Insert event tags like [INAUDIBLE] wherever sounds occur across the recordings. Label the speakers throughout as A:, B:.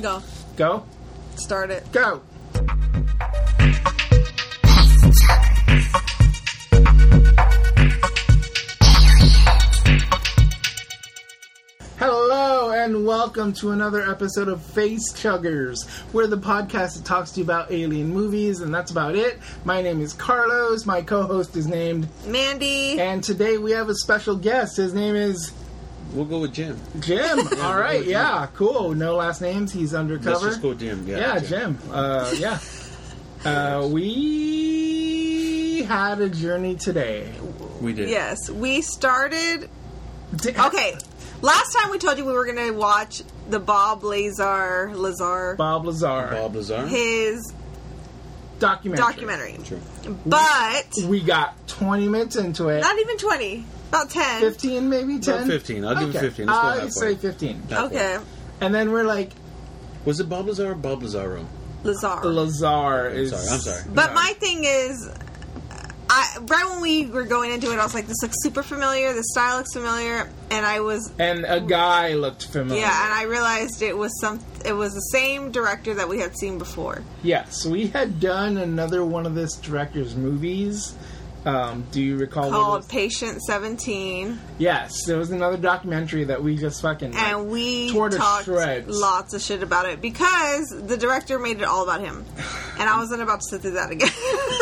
A: Go.
B: Go.
A: Start it.
B: Go. Hello and welcome to another episode of Face Chuggers. We're the podcast that talks to you about alien movies, and that's about it. My name is Carlos. My co-host is named,
A: Mandy.
B: and today we have a special guest. His name is
C: We'll go with Jim.
B: Jim. All right, [LAUGHS] yeah, cool. No last names. He's undercover.
C: Let's just go with Jim. Yeah,
B: Yeah, Jim. Uh,
C: [LAUGHS]
B: yeah. Uh, we had a journey today.
C: We did.
A: Yes, we started.
B: D-
A: Okay, last time we told you we were going to watch the Bob Lazar Lazar
B: Bob Lazar
C: Bob Lazar.
A: his
B: documentary.
A: documentary,
C: Sure.
A: but
B: We got 20 minutes into it.
A: not even twenty, about ten.
B: 15, maybe 10.
C: 15. I'll give it 15. Let's go
B: I
C: halfway.
B: say 15.
C: Halfway.
A: Okay,
B: And then we're like,
C: Was it Bob Lazar or Bob Lazaro?
A: Lazar.
B: Lazar is.
C: sorry, I'm sorry.
A: But my thing is, I right when we were going into it, I was like, this looks super familiar. The style looks familiar, and I was
B: And a guy looked familiar.
A: yeah, and I realized it was some. It was the same director that we had seen before.
B: Yes, we had done another one of this director's movies. Um, do you recall what it
A: called
B: was?
A: Patient 17,
B: Yes, there was another documentary that we just fucking.
A: and we
B: Tore to
A: talked
B: shreds.
A: lots of shit about it because the director made it all about him, and I wasn't about to sit through that again. [LAUGHS]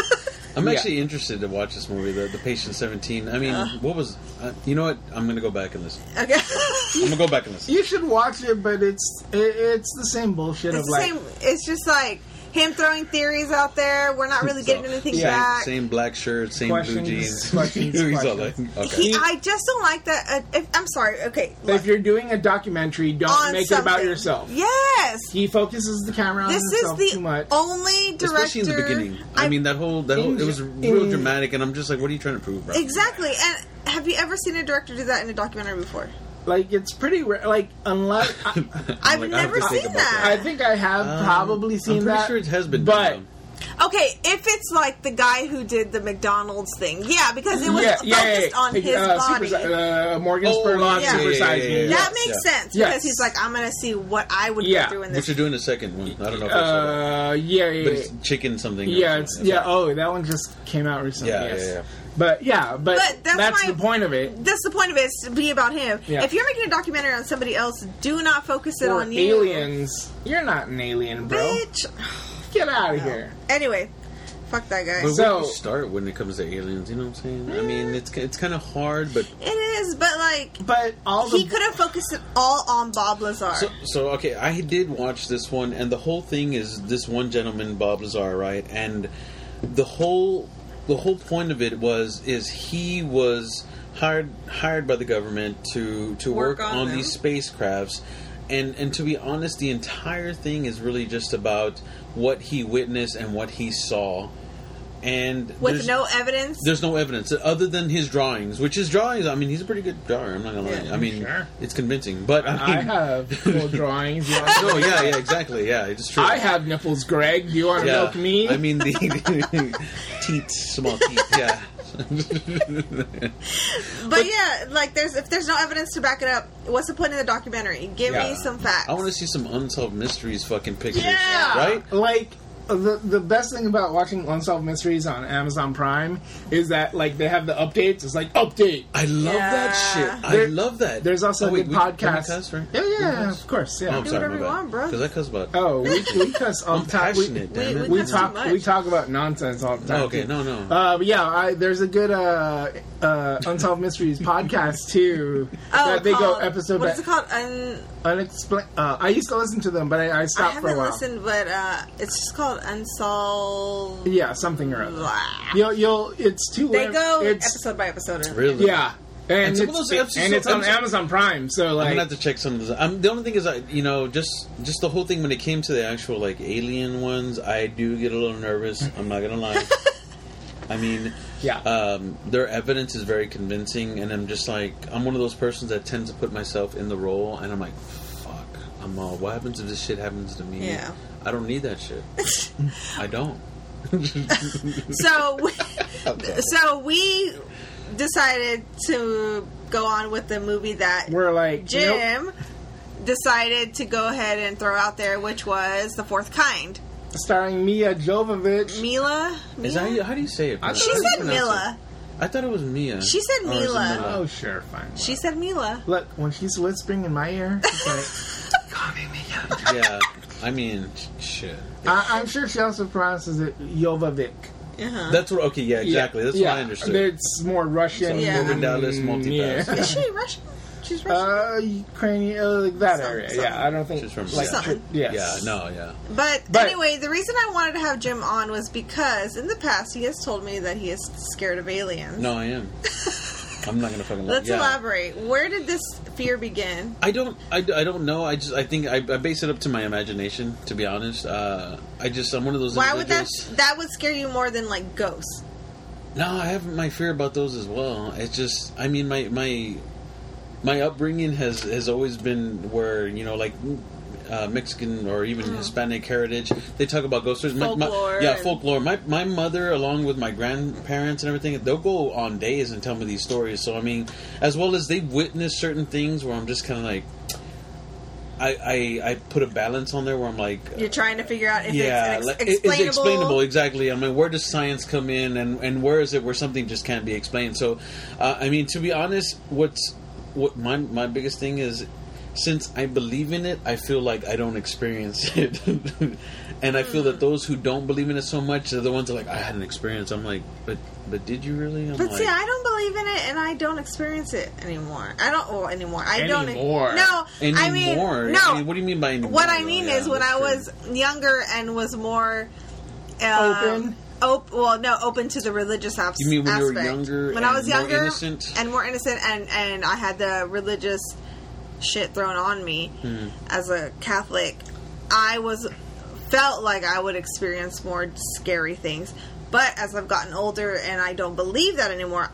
C: I'm
B: Yeah.
C: actually interested to watch this movie, the, the Patient 17. I mean, what was. Uh, you know what? I'm going to go back and listen.
A: okay,
C: I'm going to go back
A: [LAUGHS]
C: and listen.
B: You should watch it, but it's it, it's the same bullshit
A: it's
B: of
A: the
B: like
A: same. It's just like him throwing theories out there. We're not really getting anything
C: same,
A: back.
C: Same black shirt, same blue
B: Questions,
C: jeans.
B: questions,
C: [LAUGHS] He's all like,
B: questions.
C: okay.
A: He, I just don't like that. Uh, if, I'm sorry. Okay,
B: if you're doing a documentary, don't
A: on
B: make it about
A: something.
B: yourself.
A: Yes.
B: He focuses the camera on
A: This is
B: himself too
A: the
B: much.
A: only director.
C: Especially in the beginning. I, mean, that whole. that whole, It was
B: In-
C: real
B: in-
C: dramatic, and I'm just like, what are you trying to prove, bro? [LAUGHS]
A: exactly. And have you ever seen a director do that in a documentary before?
B: Like it's pretty rare. Like unless
C: [LAUGHS]
B: I,
A: I've
C: like, I have
A: never
C: to think
A: seen
C: about that.
A: that.
B: I think I have probably seen
C: Um, I'm pretty
B: that.
C: sure it has been
B: but
C: done.
A: Okay, if it's like the guy who did the McDonald's thing, yeah, because it was
B: yeah,
A: focused
B: yeah, yeah, yeah.
A: on
B: Like,
A: his
B: uh,
A: body.
B: Super, uh, Morgan
C: Oh,
B: Spurlock,
A: yeah,
B: Super
A: yeah,
B: Size
C: yeah,
B: Me.
C: yeah,
A: that
C: yeah.
A: makes sense
B: Yes.
A: because he's like, I'm gonna see what I would
B: Yeah,
A: go through in
C: Which
A: this.
C: you're doing the second one. I don't know if that's
B: Uh, yeah, yeah,
C: But
B: yeah.
C: it's chicken something. or
B: Yeah,
C: something.
B: it's, yeah. Oh, that one just came out recently.
C: Yeah,
B: yes.
C: yeah, yeah.
B: But yeah, but,
A: But that's my-
B: the point of it.
A: That's the point of it is to be about him.
B: Yeah.
A: If you're making a documentary on somebody else, do not focus it
B: Or
A: on you.
B: aliens. You're not an alien, bro.
A: bitch.
B: Get out of here.
A: Anyway, fuck that guy.
C: But
B: So-
C: where do you start when it comes to aliens? You know what I'm saying? I mean, it's it's kind of hard, but
A: it is, but like
B: But all the
A: he could have focused it all on Bob Lazar.
C: so, so okay. I did watch this one, and the whole thing is this one gentleman, Bob Lazar, right? And the whole the whole point of it was is he was hired hired by the government to to
A: Work
C: work,
A: on
C: on
A: them.
C: these spacecrafts. And, and to be honest, the entire thing is really just about what he witnessed and what he saw, and
A: with
C: there's-
A: no evidence.
C: There's no evidence other than his drawings, which his drawings. I mean, he's a pretty good drawer. I'm not gonna lie.
A: Yeah.
C: I mean,
B: Sure.
C: it's convincing.
B: [LAUGHS]
C: But I,
B: I
C: mean,
B: have
C: [LAUGHS]
B: cool drawings. You want
C: no, yeah, yeah, exactly, yeah. It's true.
B: I have nipples, Greg. Do you want to
C: yeah.
B: milk me?
C: I mean the,
B: [LAUGHS]
C: teeth, small teeth. Yeah,
A: but, yeah, like there's if there's no evidence to back it up, what's the point of the documentary? Give me
B: Yeah.
A: some facts.
C: I want to see some unsolved mysteries fucking pictures.
B: Yeah.
C: right.
B: like the the best thing about watching unsolved mysteries on Amazon Prime is that like they have the updates. It's like update.
C: I love
A: Yeah.
C: that shit. I
B: There-
C: love that.
B: There's also
C: Oh, wait,
B: a good
C: we- can we
B: podcast.
C: cuss, right?
B: Yeah,
C: We
B: yeah,
C: can cuss?
B: of course, yeah.
C: Oh, I'm sorry,
A: whatever
C: my
A: you want,
C: bad.
A: bro.
C: Because I cuss about.
B: Oh, we, we cuss all
C: I'm
B: the time. We-
C: passionate, damn
A: we-
C: it.
B: we
A: That's
B: talk
A: too much.
B: we talk about nonsense all the time.
C: Okay,
B: too.
C: no, no.
B: Uh, but yeah, I, there's a good uh, uh, Unsolved Mysteries podcast too.
A: [LAUGHS] Oh,
B: that they go
A: called-
B: episode
A: What
B: by
A: is it called? Un-
B: unexplained. Uh, I used to listen to them, but I, I
A: I
B: stopped for a
A: haven't
B: while.
A: listened, but uh, it's just called Unsolved.
B: Yeah, something or other.
A: Blah.
B: You'll, you'll. It's too.
A: They
B: rare-
A: go
B: It's
A: episode by episode.
C: Really?
B: yeah, and,
C: And some of
B: it's,
C: those episodes-
B: and it's on
C: episodes-
B: Amazon Prime. So
C: I'm
B: like,
C: gonna have to check some of this. Um, the only thing is, I you know, just just the whole thing when it came to the actual like alien ones, I do get a little nervous. I'm not
A: [LAUGHS]
C: gonna lie. I mean,
B: yeah,
C: um, their evidence is very convincing, and I'm just like, I'm one of those persons that tends to put myself in the role, and I'm like, fuck, I'm all, what happens if this shit happens to me?
A: Yeah.
C: I don't need
A: [LAUGHS]
C: that shit. I don't.
A: So,
B: [LAUGHS]
A: we- [LAUGHS] so we decided to go on with the movie that
B: we're like,
A: Jim decided to go ahead and throw out there, which was The Fourth Kind.
B: starring Mia Jovovich.
A: Mila?
C: Is
A: Mila?
C: that, how do you say it?
B: I
A: Uh, she
B: How do you
A: said
B: pronounce
A: Mila.
C: I thought it was Mia.
A: She said
C: Or is it
A: Mila.
B: oh, sure, fine.
A: She said Mila.
B: Look, when she's whispering in my ear,
A: [LAUGHS]
B: she's like, "Call me Mia."
C: yeah. I mean, sh- shit.
B: I, I'm sure she also pronounces it Jovovich.
A: Uh-huh.
C: That's what. Okay, yeah, exactly. That's what I understood.
B: It's more Russian.
A: Yeah.
B: than- mm,
C: Mendalis multipass.
A: Is she Russian? She's Russian.
B: [LAUGHS] Uh, Ukrainian, uh, like that
A: Some-
B: area.
A: some.
B: Yeah, I don't think
C: She's from-
B: like
A: Some.
B: tr- yes.
C: Yeah. No. Yeah.
A: But,
B: But-
A: anyway, the reason I wanted to have Jim on was because in the past he has told me that he is scared of aliens.
C: No, I am. I'm not gonna fucking. lie.
A: Let's
C: yeah.
A: elaborate. Where did this fear begin?
C: I don't. I, I don't know. I just. I think I, I base it up to my imagination. To be honest, uh, I just. I'm one of those.
A: Why would that
C: individuals-
A: that would scare you more than like ghosts?
C: No, I have my fear about those as well. It's just, I mean, my my my upbringing has has always been where you know, like uh, Mexican or even Hispanic heritage. They talk about ghost stories. My- my-
A: Mm-hmm. Folklore
C: yeah,
A: and-
C: folklore. My my mother, along with my grandparents and everything, they'll go on days and tell me these stories. So I mean, as well as they witness certain things, where I'm just kind of like. I, I, I put a balance on there where I'm like
A: You're trying to figure out if it's
C: like,
A: ex-
C: it-
A: explainable.
C: It's explainable, exactly. I mean, where does science come in, and, and where is it where something just can't be explained? So, uh, I mean, to be honest, what's what my my biggest thing is, since I believe in it, I feel like I don't experience [LAUGHS] it, and I feel
A: Hmm.
C: that those who don't believe in it so much are the ones that are like I had an experience. I'm like, but but did you really? I'm
A: But
C: like,
A: see, I don't believe in it, and I don't experience it anymore. I don't well, anymore. I don't e-
B: Anymore.
A: No, I mean
C: anymore?
A: no.
C: I mean, what do you mean by anymore?
A: what I mean
C: Yeah,
A: is when
C: that's
A: I
C: true.
A: was younger and was more um,
B: Open?
A: Op- well, no, open to the religious aspect.
C: You mean when you were
A: aspect.
C: younger
A: When I was
C: and more
A: younger
C: innocent?
A: and more innocent, and and I had the religious shit thrown on me
C: Hmm.
A: as a Catholic, I was felt like I would experience more scary things. But as I've gotten older and I don't believe that anymore,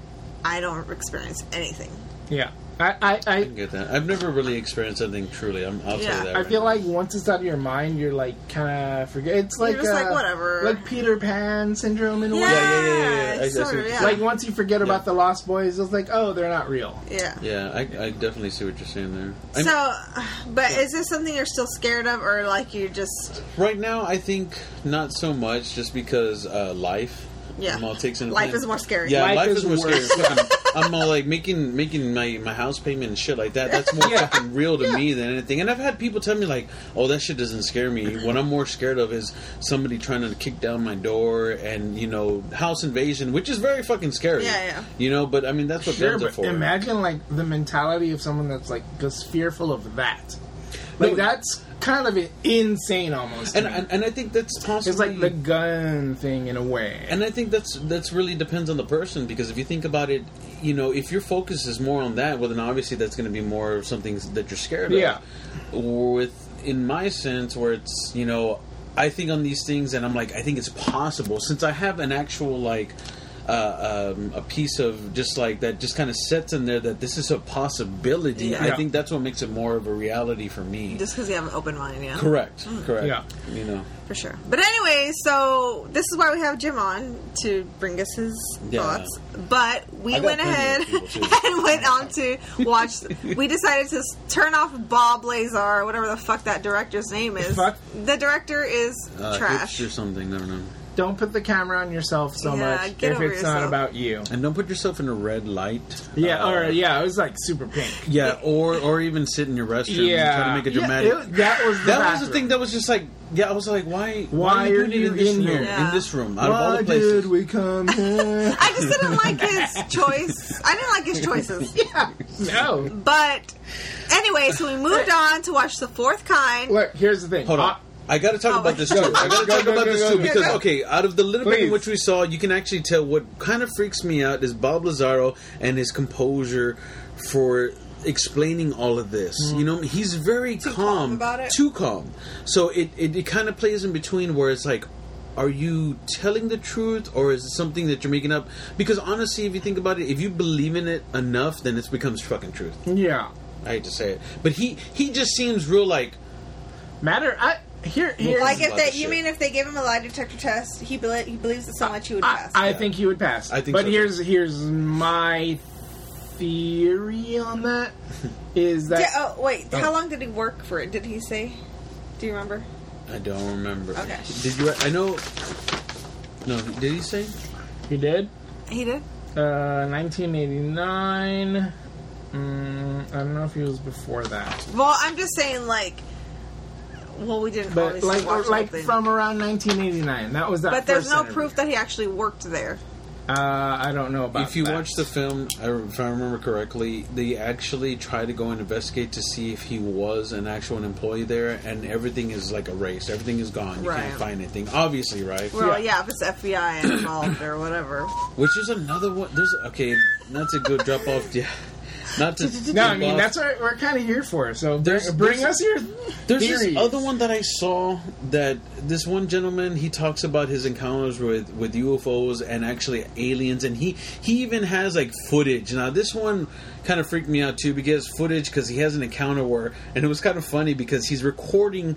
A: I don't experience anything.
B: Yeah. I, I, I,
C: I get that. I've never really experienced anything truly. I'm, I'll tell
A: Yeah.
C: you that.
B: I
C: right
B: feel
C: now.
B: like once it's out of your mind, you're like kind of forget. It's like
A: just like,
B: uh,
A: whatever.
B: like Peter Pan syndrome in a
A: Yeah,
B: way.
C: yeah, yeah, yeah. I- I see
A: sort
C: what
A: of,
C: you're
A: yeah.
B: Like once you forget about the Lost Boys, it's like oh, they're not real.
A: yeah.
C: Yeah, I, I definitely see what you're saying there. I mean,
A: So, but is this something you're still scared of, or like you just
C: right now, I think not so much, just because uh, life.
A: Yeah.
C: I'm all takes in
A: Life is more scary.
C: Yeah,
B: Life
C: life,
B: is
C: is, more
B: worse.
C: scary. [LAUGHS] I'm, I'm all like making making my, my house payment and shit like that. That's more
B: [LAUGHS] Yeah.
C: fucking real to me than anything. And I've had people tell me like, "Oh, that shit doesn't scare me." What I'm more scared of is somebody trying to kick down my door and you know house invasion, which is very fucking scary.
A: Yeah, yeah.
C: You know, but I mean that's what
B: Sure,
C: guns are
B: but
C: for.
B: imagine like the mentality of someone that's like just fearful of that. Like
C: No.
B: that's kind of insane almost. to
C: and,
B: me.
C: and and I think that's possible.
B: it's like the gun thing in a way.
C: and I think that's that's really depends on the person because if you think about it, you know, if your focus is more on that, well, then obviously that's going to be more of something that you're scared of.
B: Yeah.
C: With in my sense, where it's you know, I think on these things, and I'm like, I think it's possible since I have an actual like. Uh, um, a piece of just like that just kind of sets in there that this is a possibility.
A: Yeah.
C: I
B: Yeah.
C: think that's what makes it more of a reality for me.
A: just because you have an open mind, yeah,
C: correct, correct.
B: Yeah.
C: You know,
A: for sure. But anyway, so this is why we have Jim on to bring us his
C: Yeah.
A: thoughts. But we
C: I got
A: went
C: plenty of
A: ahead
C: people, too.
A: [LAUGHS] and went on to watch.
C: [LAUGHS]
A: we decided to s- turn off Bob Lazar, or whatever the fuck that director's name is.
B: Fuck.
A: The director is
C: uh,
A: trash.
C: hipster something. I don't know.
B: Don't put the camera on yourself so
A: Yeah,
B: much
A: get
B: if
A: over
B: it's not
A: yourself.
B: about you.
C: And don't put yourself in a red light.
B: Yeah,
C: Uh,
B: or yeah, it was like super pink.
C: Yeah, or or even sit in your restroom and try
B: Yeah,
C: to make a
B: Yeah,
C: dramatic.
B: it- that was the
C: that was the
B: bathroom.
C: thing that was just like, yeah, I was like, why?
B: Why
C: you
B: are
C: doing it
B: you
C: in this
B: in
C: room?
B: here?
A: Yeah.
C: In this room, out of all
B: Why
C: the places.
B: did Oh, we come here?
A: [LAUGHS] I just didn't
C: [LAUGHS]
A: like his choice. I didn't like his choices.
B: [LAUGHS] no.
A: But anyway, so we moved on to watch the fourth kind.
B: Look, here's the thing.
C: Hold on.
B: Uh,
C: I gotta talk
A: Oh my
C: about this too.
A: God.
C: I
A: [LAUGHS]
C: gotta
B: Go,
C: talk
B: go,
C: about
B: go,
C: this
B: go,
C: too
B: go.
C: because
B: Go.
C: okay, out of the little bit
B: Please.
C: in which we saw, you can actually tell what kind of freaks me out is Bob Lazaro and his composure for explaining all of this. You know, he's very calm,
A: Mm-hmm. calm about it?
C: too calm. So it it, it kind of plays in between where it's like. Are you telling the truth, or is it something that you're making up? Because honestly, if you think about it, if you believe in it enough, then it becomes fucking truth.
B: Yeah.
C: I hate to say it, but he he just seems real like
B: Matter. I here here.
A: Like if
C: Love
A: they,
C: the
A: you
C: shit.
A: mean if they give him a lie detector test, he, bel he believes it so much he would
B: I,
A: pass.
B: I
C: Yeah.
B: think he would pass.
C: I think
B: but
C: so, too.
B: here's here's my theory on
C: [LAUGHS]
B: that is that
A: Di- oh wait,
C: Oh.
A: how long did he work for it? Did he say? Do you remember?
C: I don't remember.
A: Okay.
C: Did you? I know. No, did he say?
A: oh.
B: he did
A: He did.
B: uh, 1989. Mm, I don't know if he was before that,
A: Well, I'm just saying, like, well, we didn't
B: but
A: obviously
B: like
A: watch
B: like
A: the whole thing.
B: from around 1989. That was that.
A: But there's
B: first
A: no
B: interview.
A: proof that he actually worked there.
B: Uh, I don't know about.
C: If you
B: that.
C: watch the film, I- if I remember correctly, they actually try to go and investigate to see if he was an actual employee there, and everything is like erased. Everything is gone. You
A: Right.
C: can't find anything. Obviously, right?
A: Well,
B: Yeah.
A: yeah, if it's
B: [COUGHS]
A: FBI involved or whatever.
C: Which is another one. There's okay. Not to go drop off. [LAUGHS] Yeah. Not to.
B: No,
C: drop
B: I mean
C: off.
B: that's what we're kind of here for. So bring,
C: There's-
B: bring
C: there's-
B: us your
C: There's
B: theories.
C: this other one that I saw that this one gentleman he talks about his encounters with with UFOs and actually aliens, and he he even has like footage. Now this one kind of freaked me out too because footage because he has an encounter where and it was kind of funny because he's recording.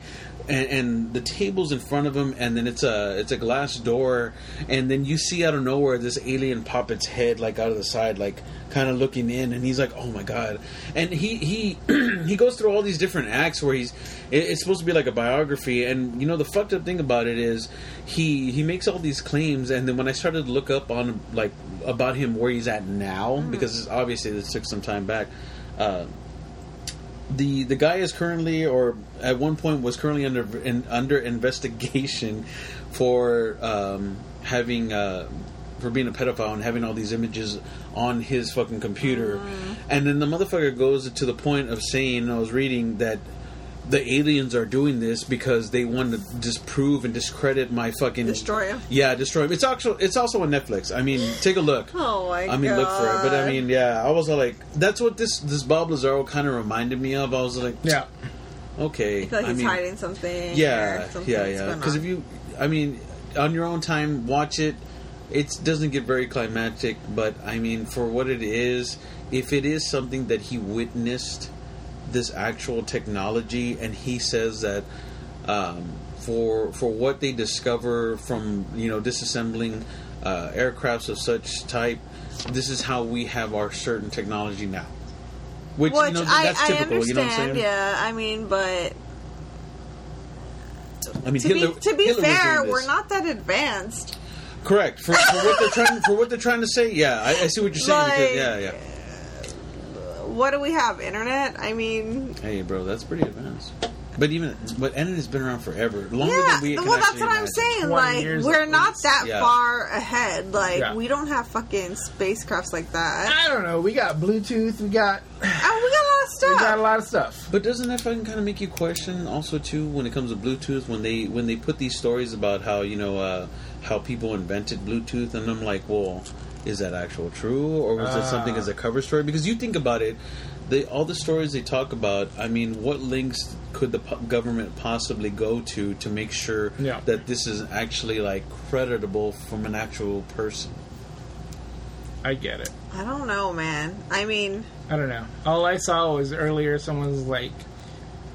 C: And, and the tables in front of him, and then it's a it's a glass door, and then you see out of nowhere this alien pop its head like out of the side, like kind of looking in, and he's like, "Oh my god!" And he he [CLEARS THROAT] he goes through all these different acts where he's it, it's supposed to be like a biography, and you know the fucked up thing about it is he he makes all these claims, and then when I started to look up on like about him where he's at now, because it's- obviously this took some time back. Uh, the the guy is currently or at one point was currently under in, under investigation for um, having uh, for being a pedophile and having all these images on his fucking computer
A: Mm-hmm.
C: and then the motherfucker goes to the point of saying I was reading that the aliens are doing this because they want to disprove and discredit my fucking
A: Destroy 'em.
C: yeah destroy 'em. it's also it's also on Netflix I mean take a look
A: Oh my
C: I mean, look for it. But I
A: God.
C: mean, yeah, I was like, that's what this this Bob Lazaro kind of reminded me of. I was like,
B: Yeah.
C: okay,
A: I feel like he's
C: mean,
A: hiding something.
C: yeah,
A: or something's
C: yeah, yeah.
A: going
C: Because
A: on.
C: if you, I mean, on your own time, watch it. It doesn't get very climactic, but I mean, for what it is, if it is something that he witnessed, this actual technology, and he says that um, for for what they discover from you know disassembling uh, aircrafts of such type, this is how we have our certain technology now. Which,
A: Which
C: you know,
A: I,
C: that's
A: I
C: typical.
A: understand,
C: you know what I'm saying?
A: yeah. I mean, but
C: I mean,
A: to
C: Hitler-
A: be to be
C: Hitler was doing
A: fair,
C: this.
A: we're not that advanced.
C: Correct for, for what they're trying for what they're trying to say. Yeah, I, I see what you're saying. because- yeah, yeah.
A: Like- What do we have? Internet? I mean,
C: Hey, bro, that's pretty advanced. But even but Enon has been around forever, longer
A: yeah.
C: than we.
A: Well,
C: Can
A: that's what
C: actually
A: I'm
C: imagine.
A: saying.
B: 20
A: Like,
B: years
A: we're
B: at
A: not
B: least.
A: that
C: Yeah.
A: far ahead. Like,
B: Yeah.
A: we don't have fucking spacecrafts like
C: [LAUGHS]
A: that.
B: I don't know. We got Bluetooth. We got
A: And we got a lot of
B: we
A: stuff.
B: got a lot of stuff.
C: But doesn't that fucking kind of make you question also too when it comes to Bluetooth when they when they put these stories about how you know uh, how people invented Bluetooth and I'm like, well, is that actual true or was it something
B: Ah.
C: as a cover story? Because you think about it, they all the stories they talk about. I mean, what links could the po- government possibly go to to make sure
B: Yeah.
C: that this is actually like creditable from an actual person?
B: I get it.
A: I don't know, man. I mean,
B: I don't know. All I saw was earlier someone's like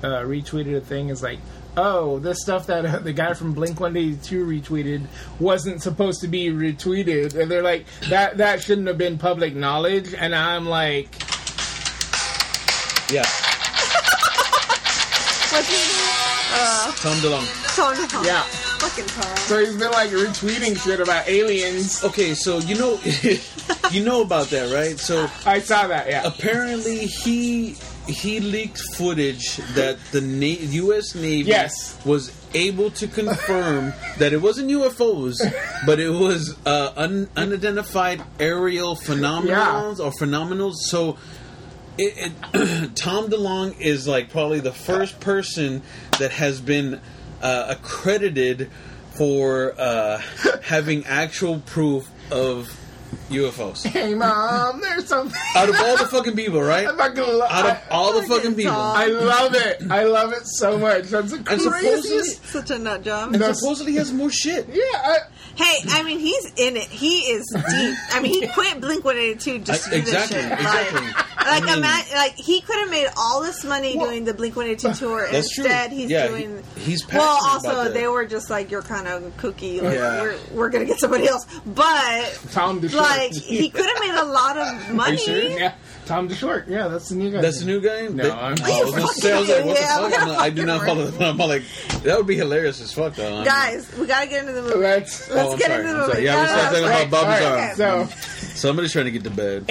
B: uh, retweeted a thing is like, oh, this stuff that uh, the guy from Blink One Eighty Two retweeted wasn't supposed to be retweeted, and they're like, that that shouldn't have been public knowledge, and I'm like,
C: Yeah,
A: [LAUGHS] what's he uh,
C: Tom DeLonge.
A: Tom DeLonge.
B: Yeah.
A: Fucking Tom.
B: so he's been like retweeting shit about aliens.
C: Okay, so you know [LAUGHS] you know about that, right? So.
B: I saw that, yeah.
C: apparently he he leaked footage that the Na- U.S. Navy
B: Yes.
C: was able to confirm that it wasn't UFOs, but it was uh, un- unidentified aerial phenomenons or phenomenals. So. It, it, [CLEARS THROAT] Tom DeLong is like probably the first person that has been uh, accredited for uh, having actual proof of UFOs.
B: Hey, mom, there's something.
C: Out of all the fucking people, right?
B: I'm not gonna lie.
C: out of all the fucking
A: Fucking
C: people.
A: dog.
B: I love it. I love it so much. That's the
C: supposedly-
B: craziest.
A: Such a nut job.
B: No.
C: Supposedly he has more shit.
B: Yeah, I,
A: Hey, I mean, he's in it. He is deep. I mean,
C: [LAUGHS]
A: he quit Blink 182 just
C: I-
A: to do
C: exactly,
A: this shit.
C: exactly. I
A: Like, like,
C: mean-
A: ima- like he could have made all this money
B: Well-
A: doing the Blink
C: [LAUGHS]
A: 182 tour.
C: That's true.
A: Instead, he's
C: Yeah,
A: doing.
C: he- he's passionate
A: well, also
C: about that.
A: they were just like, "You're kind of kooky. Like,
C: Yeah.
A: We're we're gonna get somebody else." But
C: [LAUGHS]
B: Tom DeShore.
A: like, like he could have made a lot of money.
C: sure?
B: Yeah, Tom DeShort. Yeah, that's the new guy.
C: That's the new guy.
B: No,
C: They-
B: I'm-
C: I was gonna say, I was like, what
A: Yeah,
C: the
A: we
C: fuck? I'm
A: gotta
C: like, I do not
A: fucking
C: follow
A: work.
C: them. I'm like, that would be hilarious as fuck, though. I mean-
A: Guys, we gotta get into the movie.
B: Let's-
A: Let's
C: oh, I'm
A: get
C: sorry.
A: into
C: I'm
A: the movie.
C: sorry. Yeah, we
A: No,
C: started
A: no,
C: talking about
A: no,
C: Bob
A: it's
C: Lazar.
A: okay.
B: So
C: [LAUGHS] Somebody's trying to get
A: [LAUGHS]
C: to bed.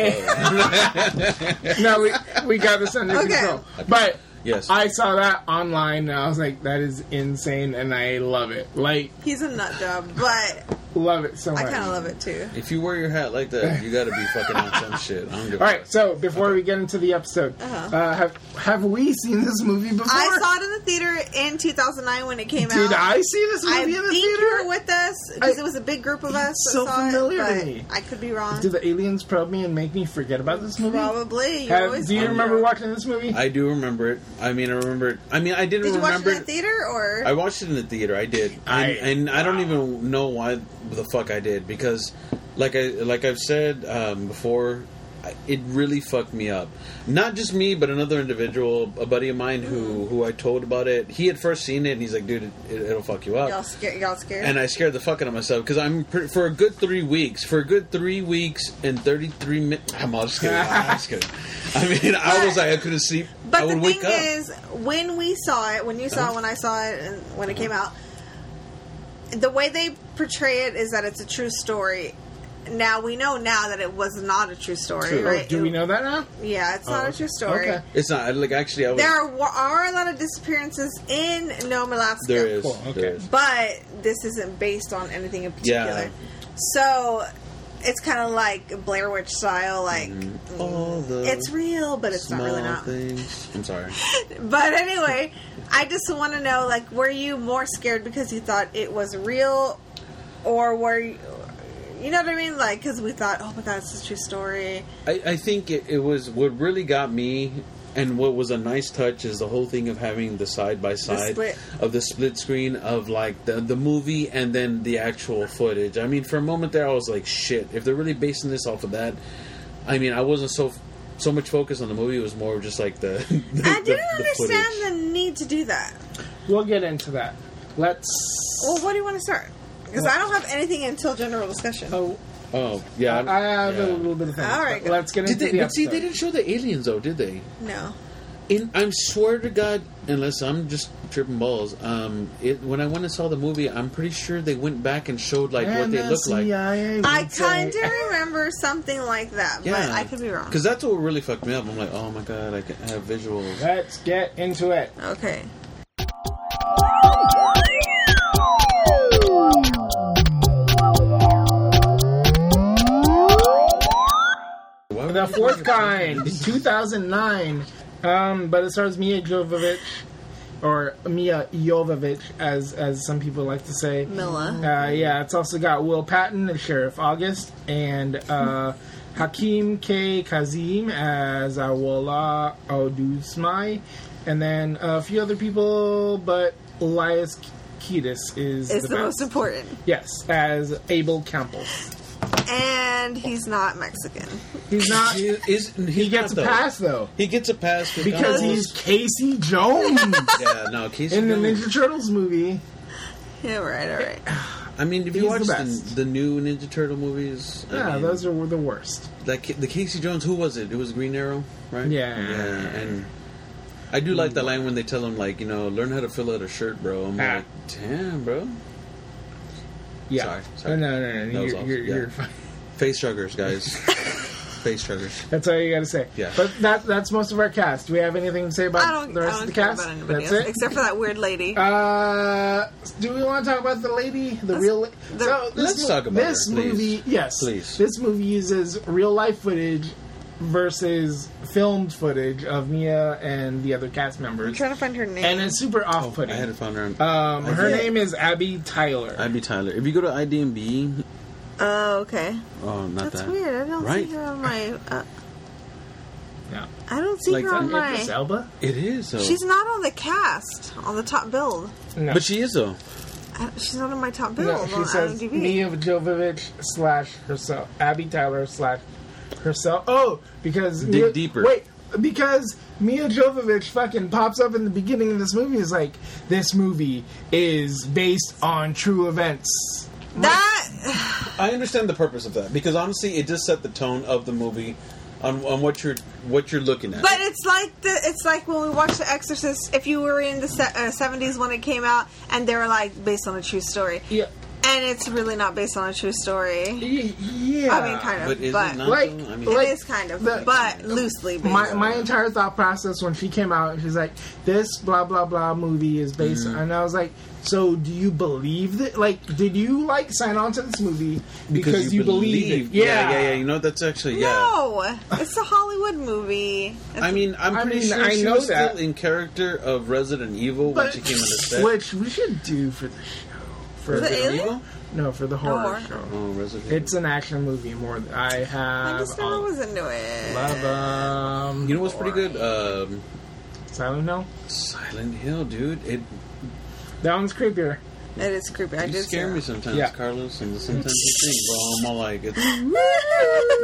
B: no, we we got this under
A: Okay.
B: control. But
C: Yes.
B: I saw that online and I was like, that is insane, and I love it. Like,
A: He's a nut job, but
B: love it so much.
A: I kind of love it too.
C: if you wear your hat like that, you got to be fucking on some shit. I don't give a
B: All right,
C: fuck.
B: so before we get into the episode, uh
A: Uh-huh.
B: have have we seen this movie before?
A: I saw it in the theater in 2009 when it came out.
B: Did I see this movie
A: I
B: in the
A: think
B: theater?
A: you were with us because
B: I-
A: it was a big group of us.
B: It's
A: that
B: so
A: saw
B: familiar
A: it,
B: to
A: but
B: me.
A: I could be wrong.
B: Do the aliens probe me and make me forget about this movie?
A: Probably. You
B: Have,
A: always
B: do you
A: wonder.
B: remember watching this movie?
C: I do remember it. I mean, I remember it. I mean, I didn't
A: Did you watch it
C: remember
A: in the theater or?
C: I watched it in the theater. I did, and
B: I-
C: I, and I don't even know why the fuck I did because, like I like I've said um, before, I- it really fucked me up. Not just me, but another individual, a buddy of mine
A: Mm.
C: who who I told about it. He had first seen it, and he's like, "Dude, it, it'll fuck you up."
A: y'all scared? Y'all scared?
C: and I scared the fuck out of myself because I'm pre- for a good three weeks, for a good three weeks and thirty three minutes. I'm all just kidding. I'm
B: [LAUGHS]
C: just kidding. I mean, I was like, I couldn't sleep. I
A: But
C: would
A: the
C: wake
A: thing
C: up. Uh-huh.
A: is, when we saw it, when you saw it, when I saw it, and when it came out, the way they portray it is that it's a true story. Now we know now that it was not a true story,
C: True.
A: right?
B: do we know that now?
A: Yeah, it's not a true story.
B: Okay.
C: it's not like actually. I was.
A: There are, are a lot of disappearances in Nome, Alaska.
C: there is.
B: Cool, okay.
C: There is.
A: but this isn't based on anything in
C: Yeah.
A: particular. So it's kind of like Blair Witch style, like mm,
C: All Mm-hmm. the
A: it's real, but it's not really
C: small
A: not.
C: Things. I'm sorry.
A: But anyway, I just want to know, like, were you more scared because you thought it was real, or were you, you know what I mean? Like, because we thought, oh my god, it's a true story.
C: I, [LAUGHS] I think it, it was what really got me, and what was a nice touch is the whole thing of having the side by side
A: split.
C: of the split screen of like the the movie and then the actual footage. I mean, for a moment there, I was like, shit. If they're really basing this off of that, I mean, I wasn't so so much focused on the movie. It was more of just like the. [LAUGHS] the
A: I
C: the-
A: didn't
C: the
A: understand
C: footage.
A: the need to do that.
B: We'll get into that. Let's.
A: Well, what do you want to start? Because I don't have anything until general discussion.
B: Oh,
C: Oh yeah,
B: I have
C: yeah.
B: a little bit of things.
A: All right,
B: but
A: good.
B: let's get into
C: Did they,
B: the
C: but see,
B: episode.
C: they didn't show the aliens though, did they?
A: No.
C: In, I swear to God, unless I'm just tripping balls. Um, it, when I went and saw the movie, I'm pretty sure they went back and showed like what they look like.
B: NSCIA [LAUGHS]
A: I
B: would say-
A: kind of remember something like that, but I could be wrong.
C: Because that's what really fucked me up. I'm like, oh my god, I can have visuals.
B: Let's get into it.
A: Okay.
C: Why would
B: The
C: I-
B: Fourth [LAUGHS] Kind, 2009. Um, but it stars Mia Jovovich, or Mia Jovovich, as as some people like to say.
A: Mila.
B: Uh, yeah, it's also got Will Patton as Sheriff August and uh, Hakim K. Kazim as Awala Odusmai, and then a few other people, but Elias Kiedis is
A: It's the,
B: best.
A: most important.
B: Yes, as Abel Campbell.
A: And he's not Mexican.
B: He's not.
C: He, is,
B: he gets a pass though
C: He gets a pass for
B: because he's Casey
A: [LAUGHS]
B: Jones.
C: yeah, no, Casey.
B: [LAUGHS] in the
C: Jones-
B: Ninja Turtles movie.
A: Yeah, right, all right.
C: I mean, if you
B: he's
C: watch
B: the
C: the,
B: best.
C: the, new Ninja Turtle movies, I
B: Yeah,
C: mean,
B: those are the worst.
C: like the Casey Jones. Who was it? It was Green Arrow, right?
B: Yeah.
C: yeah. And I do like the line when they tell him, like, you know, learn how to fill out a shirt, bro. I'm
B: Ah.
C: like, damn, bro.
B: Yeah.
C: Sorry, sorry.
B: No, no, no.
C: That
B: no.
C: was
B: You're,
C: awesome.
B: you're,
C: Yeah.
B: you're fine.
C: Face chuggers, [LAUGHS] guys. Face chuggers.
B: That's all you got to say.
C: Yeah.
B: But that, that's most of our cast. Do we have anything to say about
A: I don't,
B: the
A: I
B: rest of
A: don't
B: the
A: care
B: cast?
A: about anybody
B: that's
A: else.
B: it.
A: Except for that weird lady.
B: uh, do we want to talk about the lady, the real? lady?
A: the-
C: Let's talk about
B: this
C: her, please.
B: movie. Yes,
C: Please.
B: This movie uses real life footage versus filmed footage of Mia and the other cast
A: I'm
B: members,
A: trying to find her name.
B: and it's super
C: I
B: off-putting.
C: had it found Oh, her. on-
B: um, her
C: did.
B: name is Abby Tyler.
C: I'd be Tyler. If you go to IDMB,
A: oh, okay.
C: oh, not
A: That's
C: that.
A: weird. I don't
C: right?
A: see her on my. Uh,
B: yeah.
A: I don't see
C: Like
A: her
C: that
A: on
B: Idris
A: Oh my.
B: Elba?
C: It is, though.
A: She's not on the cast, on the top build.
B: No.
C: but she is, though.
A: I, she's not on my top build
B: No, she
A: on
B: says
A: IMDb.
B: Mia Jovovich slash herself, Abby Tyler slash herself. Oh, because
C: Dig
B: Mia-
C: deeper.
B: Wait, because Mia Jovovich fucking pops up in the beginning of this movie. Is like this movie is based on true events.
A: that.
C: I understand the purpose of that because honestly, it just set the tone of the movie on, on what you're what you're looking at.
A: But it's like the it's like when we watch The Exorcist. If you were in the uh, seventies when it came out, and they were like based on a true story,
B: Yeah.
A: and it's really not based on a true story.
B: Y- Yeah.
A: I mean, kind of,
C: But
A: but,
C: is it not?
B: Like-
C: though? I
B: like-
A: it is kind of,
B: the-
A: but loosely. Based.
B: my my entire thought process when she came out, she's like, "This blah blah blah movie is based,"
C: Mm-hmm.
B: on and I was like, "So do you believe that? Like, did you like sign on to this movie because, you, believe, it?
C: Yeah. yeah, yeah, You know, that's actually yeah.
A: no, it's a Hollywood movie. It's
C: I mean, I'm
B: I
C: pretty
B: mean,
C: sure
B: I
C: she
B: know
C: was
B: that.
C: still in character of Resident Evil when
B: But-
C: she came on the set.
B: which we should do for the show. For
A: Is it
B: the,
A: alien?
C: Evil?
B: no, for the horror
A: horror.
B: show.
C: Oh, Resident
B: It's uh, an action movie. More, than, I
A: I
B: have.
A: just never
B: all-
A: was into it.
B: Love 'em.
C: You know what's pretty good? Um,
B: Silent Hill.
C: Silent Hill, dude. It
B: That one's creepier.
A: It is creepy. I
C: you
A: did
C: scare
A: see
C: me
A: that.
C: sometimes,
B: Yeah.
C: Carlos, and sometimes you think, bro, I'm all like,
A: [LAUGHS]
C: it's,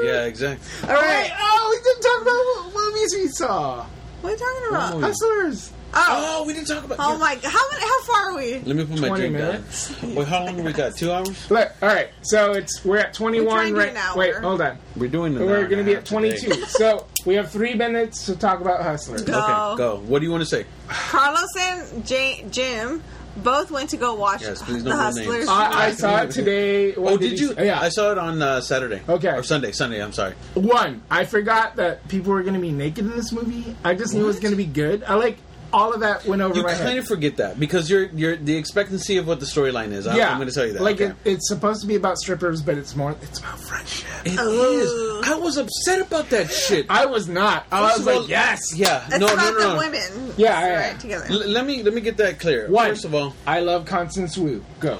C: yeah, exactly.
A: All
B: Wait,
A: right,
B: oh, we didn't talk about what movies we saw.
A: what are you talking about?
C: Oh, yeah.
B: Hustlers.
A: Oh,
C: Oh, we didn't talk about.
A: oh
C: yeah.
A: my! How many? How far are we?
C: Let me put my
B: 20
C: drink
B: minutes.
C: down. [LAUGHS] Wait, how long do we got? Two hours?
B: Look, all right. So it's we're at
A: We're trying
B: twenty-one
A: to do
B: right
A: an hour.
B: Wait, hold on.
C: We're doing the.
B: We're going to be at 22. so we have three minutes to talk about
A: Go.
B: Hustler.
C: Okay, go. What do you want to say?
A: Carlos and J- Jim both went to go watch
C: Yes, please
A: the
C: don't name
A: Hustlers.
C: names.
B: I, I saw it today. What
C: oh, did you?
B: see? Yeah.
C: I saw it on uh, Saturday.
B: Okay.
C: Or Sunday. Sunday. I'm sorry.
B: One, I forgot that people were going to be naked in this movie. I just knew it was
C: What?
B: going to be good. I like all of that went over
C: You
B: my
C: kind
B: head.
C: of forget that because you're you're the expectancy of what the storyline is. I,
B: yeah,
C: I'm going to tell you that.
B: Like
C: okay.
B: it, it's supposed to be about strippers, but it's more. It's about friendship.
C: It
A: Ooh.
C: is. I was upset about that shit.
B: I was not. I
C: First
B: was
C: of
B: like,
C: all-
B: yes,
C: Yeah.
A: It's
C: no, no,
A: about
C: no, no.
A: the women.
B: Yeah, yeah,
A: right
B: yeah.
A: together.
C: L- let me let me get that clear.
B: One,
C: First of all,
B: I love Constance Wu. Go.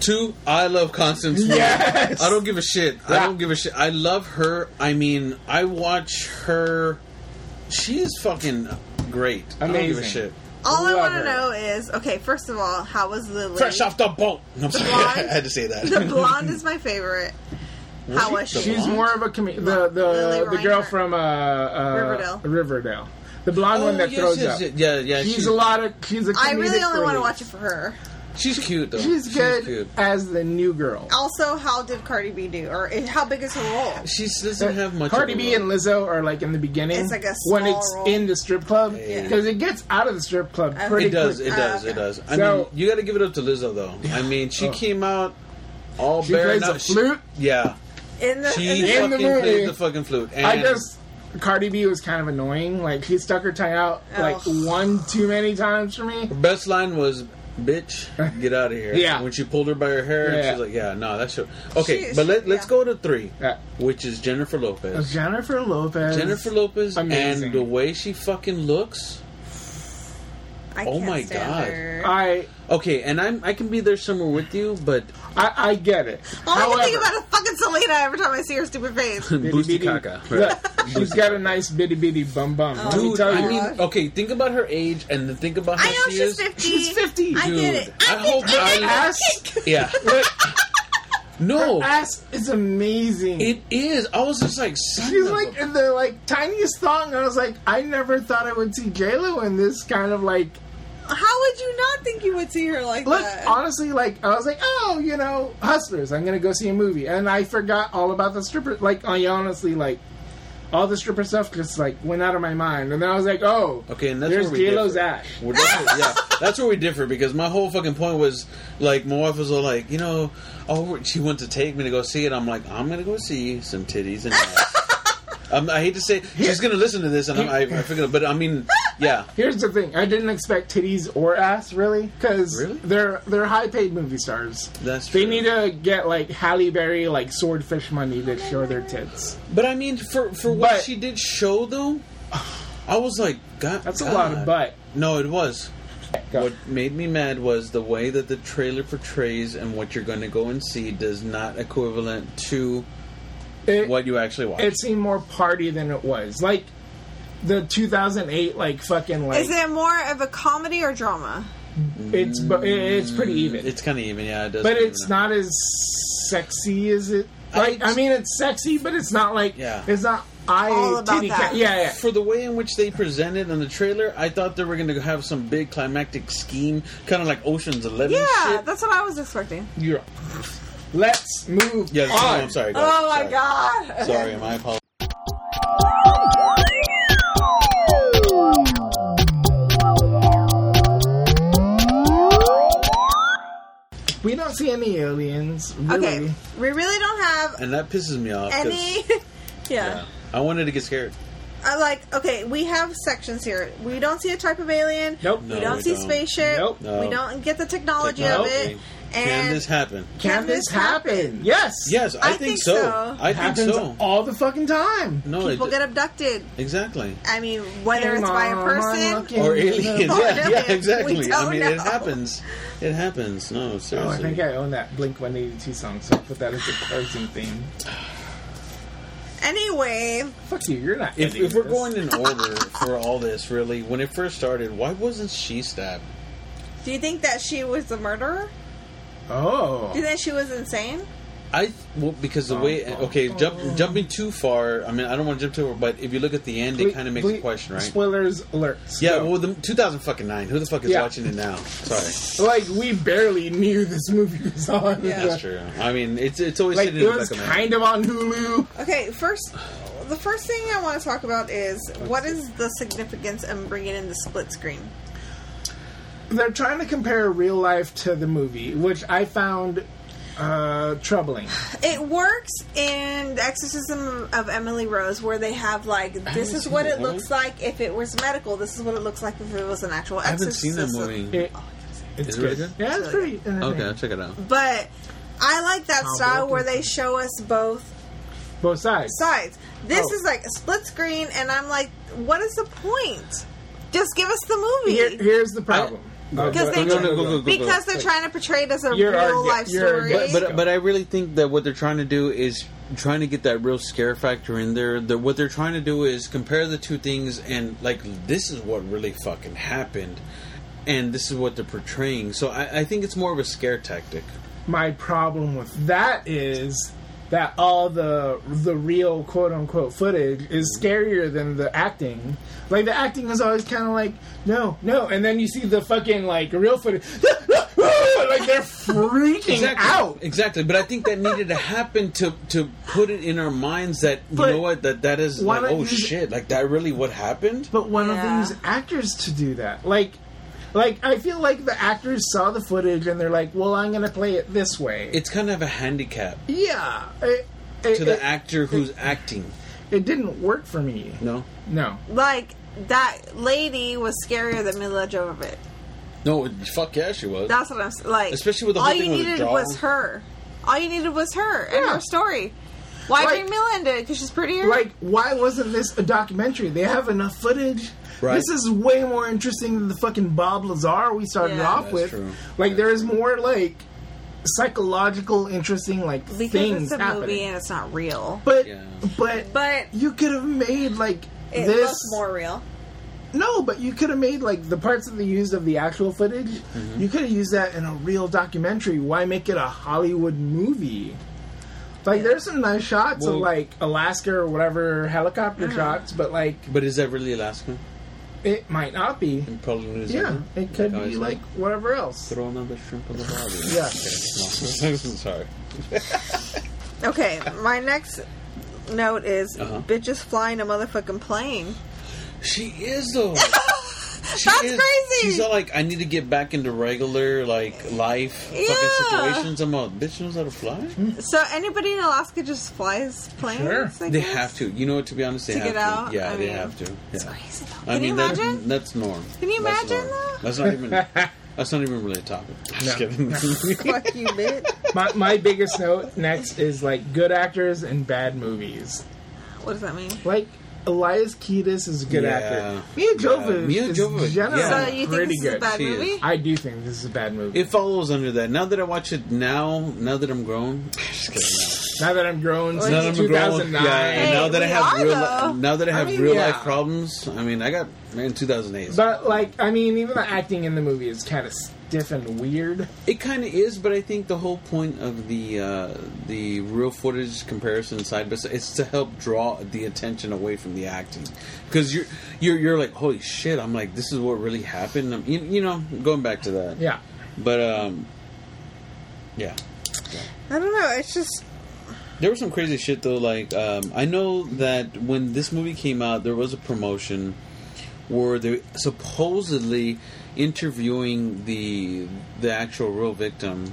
C: two. I love Constance. Wu.
B: Yes.
C: I don't give a shit. I
B: Yeah.
C: don't give a shit. I love her. I mean, I watch her. She is fucking great. I don't give a
B: Amazing.
C: shit.
A: All I
B: Love
A: want
B: her.
A: to know is okay. First of all, how was Lily? [LAUGHS]
C: Fresh off the boat. I'm sorry. [LAUGHS]
A: Blonde?
C: I had to say that. [LAUGHS]
A: The blonde is my favorite. [LAUGHS] How was
C: The
A: she?
B: She's
C: blonde?
B: more of a comedian. The
A: Lily
B: the, the girl
A: Reinhart.
B: from uh, uh,
A: Riverdale.
B: Riverdale. The blonde
C: Oh,
B: one that
C: yes,
B: throws
C: yes,
B: up.
C: yes. Yeah, yeah.
B: She's
C: she-
B: a lot of. She's a.
A: I really
B: comedic
A: only want to
B: relief.
A: watch it for her.
C: She's cute though.
B: She's good
C: cute.
B: as the new girl.
A: Also, how did Cardi B do, or i- how big is her role?
C: She doesn't have much.
B: Cardi
C: of a
B: B and Lizzo are like in the beginning.
A: It's like a
B: when
A: small
B: it's
A: role.
B: in the strip club
C: Yeah.
B: because it gets out of the strip club
A: Okay.
B: pretty
C: It does.
B: quick.
C: It
A: Ah,
C: does. It
A: okay.
C: does. I
B: So-
C: mean, you got to give it up to
B: [LAUGHS]
C: Lizzo though. I mean, she
B: Oh.
C: came out all
B: She
C: bare.
B: plays
C: knuck-
B: a flute?
C: yeah,
A: In the,
C: she
A: in the-
B: in
C: fucking
B: the movie.
C: played the fucking flute. And
B: I just Cardi B was kind of annoying. Like she stuck her tongue out like
A: Oh.
B: one too many times for me.
C: best line was.
B: [LAUGHS]
C: Bitch, get out of here!
B: Yeah.
C: When she pulled her by her hair, and
B: Yeah.
C: she's like, "Yeah, no, that's your okay."
A: She-
C: but let,
A: she-
C: let's
A: yeah.
C: go to three,
B: Yeah.
C: which is Jennifer Lopez.
B: Jennifer Lopez.
C: Jennifer Lopez
B: Amazing.
C: and the way she fucking looks.
A: I
C: Oh
A: can't
C: my
A: stand
C: God.
A: her.
B: I
C: Okay, and I'm I can be there somewhere with you, but
B: I, I get it.
A: All I can think
B: However-
A: about is fucking Selena every time I see her stupid
C: [LAUGHS]
A: face.
B: Bitty
C: Boosie
B: bitty-
C: Kaka.
B: Look, she's got a nice bitty bitty bum bum. Let me
C: Dude,
B: tell
C: I
B: you.
C: mean, okay, think about her age and then think about how
A: I know
C: she
A: she's
C: is.
A: 50.
B: She's 50,
A: I
C: Dude,
A: get it. I,
C: I hope I
B: ass, [LAUGHS]
C: Yeah. no,
B: ass is amazing.
C: Oh. it is. I was just like, son
B: She's
C: of
B: like
C: a-
B: in the like tiniest thong. I was like, I never thought I would see J Lo in this kind of like
A: How would you not think you would see her like
B: look.
A: that?
B: Honestly, like I was like, oh, you know, hustlers. I'm gonna go see a movie, and I forgot all about the stripper. Like I honestly like. All the stripper stuff just like went out of my mind, and then I was like, "Oh,
C: okay, and that's
B: there's
C: where we
B: J-Lo's
C: differ.
B: ass."
C: We're definitely- yeah, that's where we differ because my whole fucking point was like, my wife was all like, you know, oh, she went to take me to go see it. I'm like, I'm gonna go see some titties and. ass.
A: [LAUGHS]
C: Um, I hate to say she's gonna listen to this, and I'm, I, I figured, but I mean, yeah,
B: Here's the thing: I didn't expect titties or ass really, because
C: Really?
B: they're they're high paid movie stars.
C: that's true.
B: They need to get like Halle Berry like swordfish money to show their tits.
C: But I mean, for for what
B: But-
C: she did show though, I was like, God,
B: That's a lot of
C: God.
B: butt.
C: No, it was.
B: Go.
C: What made me mad was the way that the trailer portrays and what you're going to go and see does not equivalent to
B: It-
C: what you actually watch.
B: it seemed more party than it was. Like the 2008, like fucking like
A: Is it more of a comedy or drama?
B: it's bu- it- it's pretty even,
C: Mm, It's kind of even, yeah. It does,
B: but
C: kinda
B: it's
C: even.
B: not as sexy as it. Like
C: I-
B: I, mean, it's sexy, but it's not like
C: Yeah.
B: it's not. I
A: All about
B: titty
A: that.
B: ca- yeah, yeah.
C: For the way in which they presented in the trailer, I thought they were going to have some big climactic scheme, kind of like Ocean's Eleven.
A: Yeah,
C: shit.
A: that's what I was expecting.
B: You're Let's move
C: Yeah,
B: on.
C: I'm sorry. guys.
A: Oh my
C: Sorry.
A: god.
C: Sorry, my apologies.
B: We don't see any aliens. Really.
A: Okay, we really don't have
C: And that pisses me off. 'cause-
A: any. [LAUGHS] yeah.
C: Yeah. I wanted to get scared.
A: I like okay, we have sections here. We don't see a type of alien.
B: Nope.
A: We
C: No,
A: don't
C: we
A: see
C: don't.
A: spaceship.
B: Nope.
C: No.
A: We don't get the technology of it.
C: Technology. Can
A: And
C: this happen?
B: Can this happen? Yes.
C: Yes,
A: I
C: I, think,
A: think
C: so.
A: so.
C: I
B: It
C: think
B: happens
C: so.
B: all the fucking time.
C: No,
A: people
C: it,
A: get abducted.
B: [LAUGHS]
C: exactly.
A: I mean, whether
B: Hey,
A: it's by a
B: Mom, I'm
A: person.
B: looking-
C: Or aliens.
B: Oh,
A: Or
C: yeah,
A: aliens.
C: yeah,
A: We
C: exactly. I
A: don't
C: mean, it
A: know.
C: happens. It happens. No,
B: Oh, I
C: seriously.
B: think I own that Blink 182 song, so I'll put that as a closing theme.
A: Anyway,
B: Fuck you, you're not.
C: if,
B: editing
C: if we're
B: this.
C: going in order for all this, really, when it first started, why wasn't she stabbed?
A: do you think that she was the murderer?
B: Oh.
A: Do you think she was insane?
C: I well, because the way okay, jump,
A: Oh.
C: jumping too far. I mean, I don't want to jump too far, but if you look at the end, it kind of makes
B: Ble-
C: a question, right?
B: Spoilers alerts.
C: yeah,
B: Go.
C: well, the 2009. Who the fuck is
B: Yeah.
C: watching it now? Sorry,
B: like we barely knew this movie was on.
A: Yeah.
C: that's true. I mean, it's it's always
B: Like
C: sitting
B: it
C: in the
B: was
C: back of my mind.
B: kind of on Hulu.
A: Okay, first, the first thing I want to talk about is what is the significance of bringing in the split screen?
B: They're trying to compare real life to the movie, which I found uh, troubling.
A: It works in The Exorcism of Emily Rose, where they have like, this
C: haven't
A: is
C: seen
A: what
C: that
A: it looks like if it was medical. This is what it looks like if it was an actual
C: I haven't seen
A: exorcism.
C: that movie.
B: It- it's
C: Is it
B: good.
C: really good?
B: Yeah, it's pretty. uh,
C: Okay,
B: entertaining.
C: I'll check it out.
A: But I like that
B: Tom
A: style where they
B: Wilkinson.
A: show us both
B: Both sides.
A: sides. This
B: Oh.
A: is like a split screen, and I'm like, what is the point? Just give us the
B: Here,
A: movie.
B: here's the problem.
C: I-
B: Uh,
A: Because
B: but-
A: they-
B: go, go, go, go.
C: go, go.
A: because they're trying to portray it as a
B: You're
A: real
B: argu-
A: life
B: you're
A: story.
B: argu-
C: But but, but I really think that what they're trying to do is trying to get that real scare factor in there. The, what they're trying to do is compare the two things and like this is what really fucking happened, and this is what they're portraying. So I, I think it's more of a scare tactic.
B: My problem with that is that all the the real quote unquote footage is scarier than the acting. Like the acting is always kind of like no, no, and then you see the fucking like real footage, [LAUGHS] like they're freaking out.
C: Exactly. But I think
B: [LAUGHS]
C: that needed to happen to to put it in our minds that you
B: But
C: know what that that is
B: why
C: like
B: not
C: oh
B: use it-
C: shit like that really what happened.
B: But one
A: Yeah.
B: of these actors to do that, like. Like I feel like the actors saw the footage and they're like, "Well, I'm gonna play it this way."
C: It's kind of a handicap
B: yeah, it, it,
C: to the
B: it-
C: actor who's acting.
B: it didn't work for me.
C: No.
B: No,
A: like that lady was scarier than Mila Jovovich.
C: No, fuck yeah, she was.
A: That's what I'm s- like.
C: Especially with the
A: all
C: whole
A: you
C: thing with the
A: needed
C: doll.
A: was her. All you needed was her and
B: Yeah.
A: her story. Why
B: Like-
A: bring Mila into it? Because she's prettier.
B: like why wasn't this a documentary? They have enough footage.
C: Right.
B: This is way more interesting than the fucking Bob Lazar we started
A: Yeah.
B: off
C: That's
B: with.
C: true.
B: Like there is more like psychological, interesting like
A: because
B: things
A: it's a
B: happening.
A: movie and it's not real.
B: but
C: Yeah.
B: but
A: But
B: you could have made like
A: it
B: this
A: looks more real.
B: No, but you could have made like the parts that they used of the actual footage.
C: Mm-hmm.
B: You could have used that in a real documentary. Why make it a Hollywood movie? Like, there's some nice shots of
C: Well-
B: like Alaska or whatever helicopter shots, but like
C: But is that really Alaska?
B: it might not be.
C: Probably New
B: Yeah,
C: Zealand.
B: it could
C: Like
B: be
C: always,
B: like whatever else.
C: Throw another shrimp on the barbie.
A: [LAUGHS]
B: Yeah.
C: Okay, no. [LAUGHS] Sorry.
A: Okay, my next note is
C: Uh-huh.
A: bitches flying a motherfucking plane.
C: She is
A: [LAUGHS]
C: though. She
A: That's
C: is.
A: crazy.
C: She's all like, I need to get back into regular like life
A: Yeah. Mm-hmm.
C: fucking situations. I'm all bitch knows how to fly.
A: so anybody in Alaska just flies planes.
B: Sure.
A: I
C: They
A: guess?
C: have to. You know what? To be honest, they
A: To
C: have
A: get out?
C: to. Yeah,
A: I
C: they
A: mean,
C: have to. Yeah.
A: It's crazy. though.
C: I
A: Can
C: mean,
A: you
C: [LAUGHS] that-
A: imagine?
C: that's norm.
A: Can you
C: That's
A: imagine,
C: norm.
A: though?
C: That's
A: [LAUGHS]
C: not even. that's not even really a topic. Just kidding.
A: Fuck you, bitch.
B: my, my biggest note next is like good actors and bad movies.
A: What does that mean?
B: Like Elias Kiedis is a good
C: Yeah.
B: actor. Mia
C: Yeah.
B: Jovovich
C: Mia
B: is
C: Jovovich,
B: generally
C: yeah.
A: So you think
B: pretty
A: this
B: good.
A: is a bad
C: She is.
A: movie?
B: I do think this is a bad movie.
C: it follows under that. Now that I watch it, now now that I'm grown, [LAUGHS] just kidding.
B: Now that I'm grown
A: Now that
B: since
A: I'm
C: grown,
B: 2009.
C: yeah, and
A: Hey,
C: now that I
A: we
C: have
A: are,
C: real,
A: though.
C: now that I have
B: mean,
C: real
B: yeah.
C: life problems, I mean, I got in 2008.
B: But, like, I mean, even the acting in the movie is kind of stiff and weird.
C: it kind of is, but I think the whole point of the uh, the real footage comparison side by side is to help draw the attention away from the acting, because you're you're you're like, holy shit! I'm like, this is what really happened. i you, you know, going back to that.
B: Yeah.
C: But um, yeah.
A: I don't know. It's just
C: There was some crazy shit though. Like um, I know that when this movie came out, there was a promotion where they supposedly interviewing the the actual real victim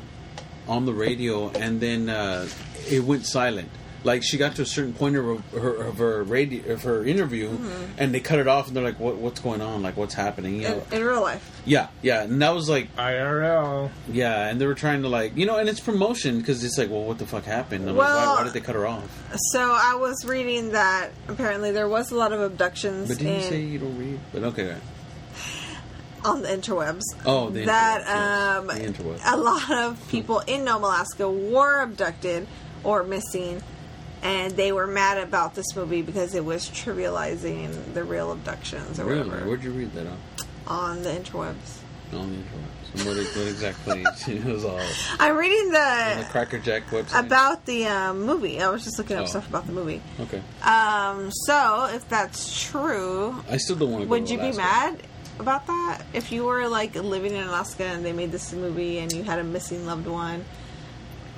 C: on the radio, and then uh, it went silent. Like she got to a certain point of her of her radio of her interview, and they cut it off, and they're like, "What what's going on? Like what's happening?" You
A: in,
C: know?
A: in real life.
C: Yeah, yeah. And that was like,
B: IRL.
C: yeah, and they were trying to like, you know, and it's promotion because it's like, well, what the fuck happened? I'm like, why,
A: Well-
C: why did they cut her off?
A: So I was reading that apparently there was a lot of abductions
C: But didn't you
A: in-
C: say you don't read? But okay.
A: on the interwebs.
C: Oh, the
A: that um,
C: interwebs, yes. The interwebs.
A: a lot of people in Nome, Alaska, were abducted or missing, and they were mad about this movie because it was trivializing the real abductions or
C: Really?
A: whatever
C: Where'd you read that on?
A: on the interwebs.
C: On the interwebs. And What, what exactly? [LAUGHS] it was all on
A: I'm reading
C: the
A: the
C: Cracker Jack website.
A: Uh, about the um, movie. I was just looking up
C: Oh.
A: stuff about the movie.
C: Okay.
A: Um, so if that's true,
C: I still don't want to.
A: Would you be mad about that if you were like living in Alaska and they made this movie and you had a missing loved one?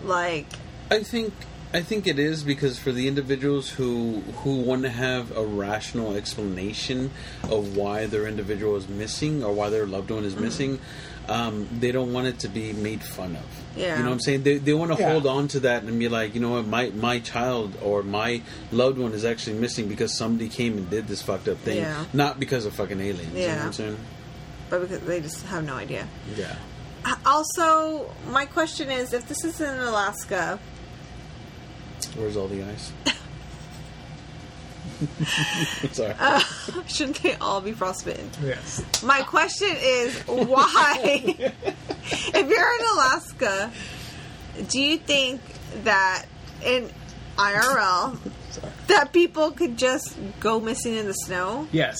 A: Like,
C: I think I think it is because for the individuals who who want to have a rational explanation of why their individual is missing or why their loved one
A: Mm-hmm.
C: is missing, um, they don't want it to be made fun of.
A: Yeah.
C: You know what I'm saying? They, they want to
B: Yeah.
C: hold on to that and be like, you know what, my my child or my loved one is actually missing because somebody came and did this fucked up thing,
A: Yeah.
C: not because of fucking aliens. You know what
A: Yeah.
C: I'm saying?
A: but because they just have no idea.
C: Yeah.
A: Uh, Also, my question is if this is in Alaska, [LAUGHS]
C: Where's all the ice? [LAUGHS] Sorry.
A: Uh, shouldn't they all be frostbitten?
B: Yes.
A: My question is why, [LAUGHS] if you're in Alaska, do you think that in IRL
C: Sorry.
A: that people could just go missing in the snow?
B: Yes.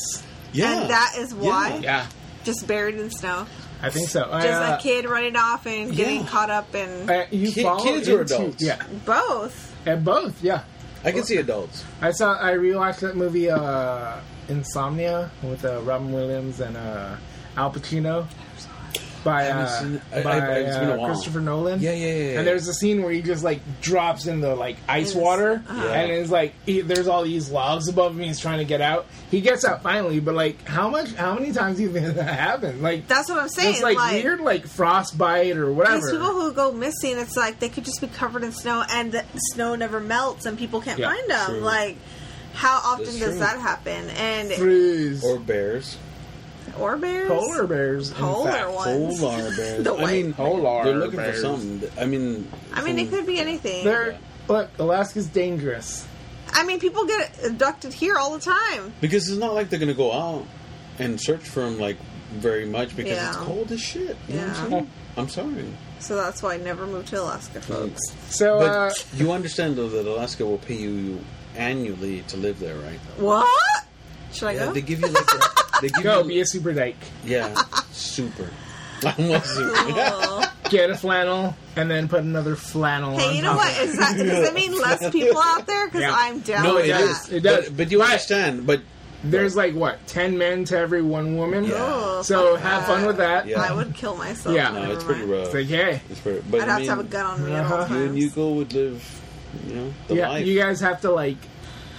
C: Yeah.
A: And that is why?
B: Yeah.
A: Just buried in snow?
B: I think so. I,
A: just
B: uh,
A: a kid running off and getting
C: Yeah.
A: caught up in
B: uh, you
C: Ki-
B: fall
C: kids or
B: into-
C: adults?
B: Yeah.
A: both.
B: And both. Yeah.
C: I can see adults.
B: I saw. I rewatched that movie, uh, Insomnia, with uh, Robin Williams and uh, Al Pacino. By,
C: haven't
B: uh,
C: seen it. I- I-
B: by
C: it's been a
B: uh,
C: while.
B: Christopher Nolan.
C: Yeah, yeah, yeah, yeah.
B: And there's a scene where he just like drops in the like ice
A: In the-
B: water,
A: uh-huh.
B: and it's like he, there's all these logs above him. He's trying to get out. He gets out finally, but like how much? How many times do you think [LAUGHS] that happened? Like
A: That's what I'm saying.
B: it's like, weird like frostbite or whatever.
A: these people who go missing, it's like they could just be covered in snow, and the snow never melts, and people can't
B: Yeah,
A: find them.
C: true.
A: Like, how often
C: That's
A: does
C: true.
A: that happen? And
B: Freeze.
C: Or bears.
A: or bears,
B: polar bears. in
A: Polar
B: fact.
A: ones.
C: Polar
A: [LAUGHS]
C: bears.
A: The
C: I mean,
A: white-
B: Polar
C: they're looking
B: bears.
C: for something. I mean,
A: I mean, it
C: from-
A: could be anything.
B: They're look. Alaska's dangerous.
A: I mean, people get abducted here all the time.
C: because it's not like they're gonna go out and search for them like very much because it's
A: Yeah.
C: cold as shit. You know what I'm
A: Yeah.
C: saying? I'm sorry,
A: So that's why I never moved to Alaska, folks.
B: So
C: but
B: uh,
C: you understand though that Alaska will pay you annually to live there, right?
A: What? Should I
C: Yeah,
A: go?
C: they give you like a,
B: [LAUGHS]
C: they give
B: go be
C: you
B: a super dyke.
C: yeah, super. [LAUGHS]
A: [LAUGHS]
C: Almost super.
A: Oh.
B: Get a flannel and then put another flannel on. [LAUGHS]
A: hey, you know
B: top.
A: what? Is that does that mean less people out there? Because
B: Yeah.
A: I'm down
C: No,
A: with
C: it
A: that.
C: is.
B: Oh, It does.
C: But, but you
B: But-
C: understand. But
B: There's like what ten men to every one woman.
C: Yeah.
A: Oh,
B: So
A: fuck
B: have fun with that.
C: Yeah.
A: I would kill myself.
B: Yeah.
C: no,
A: Never
C: it's pretty
A: mind.
C: rough.
B: It's like hey,
C: It's pretty, but
A: I'd
C: I
A: have
C: mean,
A: to have a gun on me at all
B: Uh-huh.
C: You and
A: times.
C: Yuko would live, you know, the
B: yeah,
C: life.
B: you guys have to like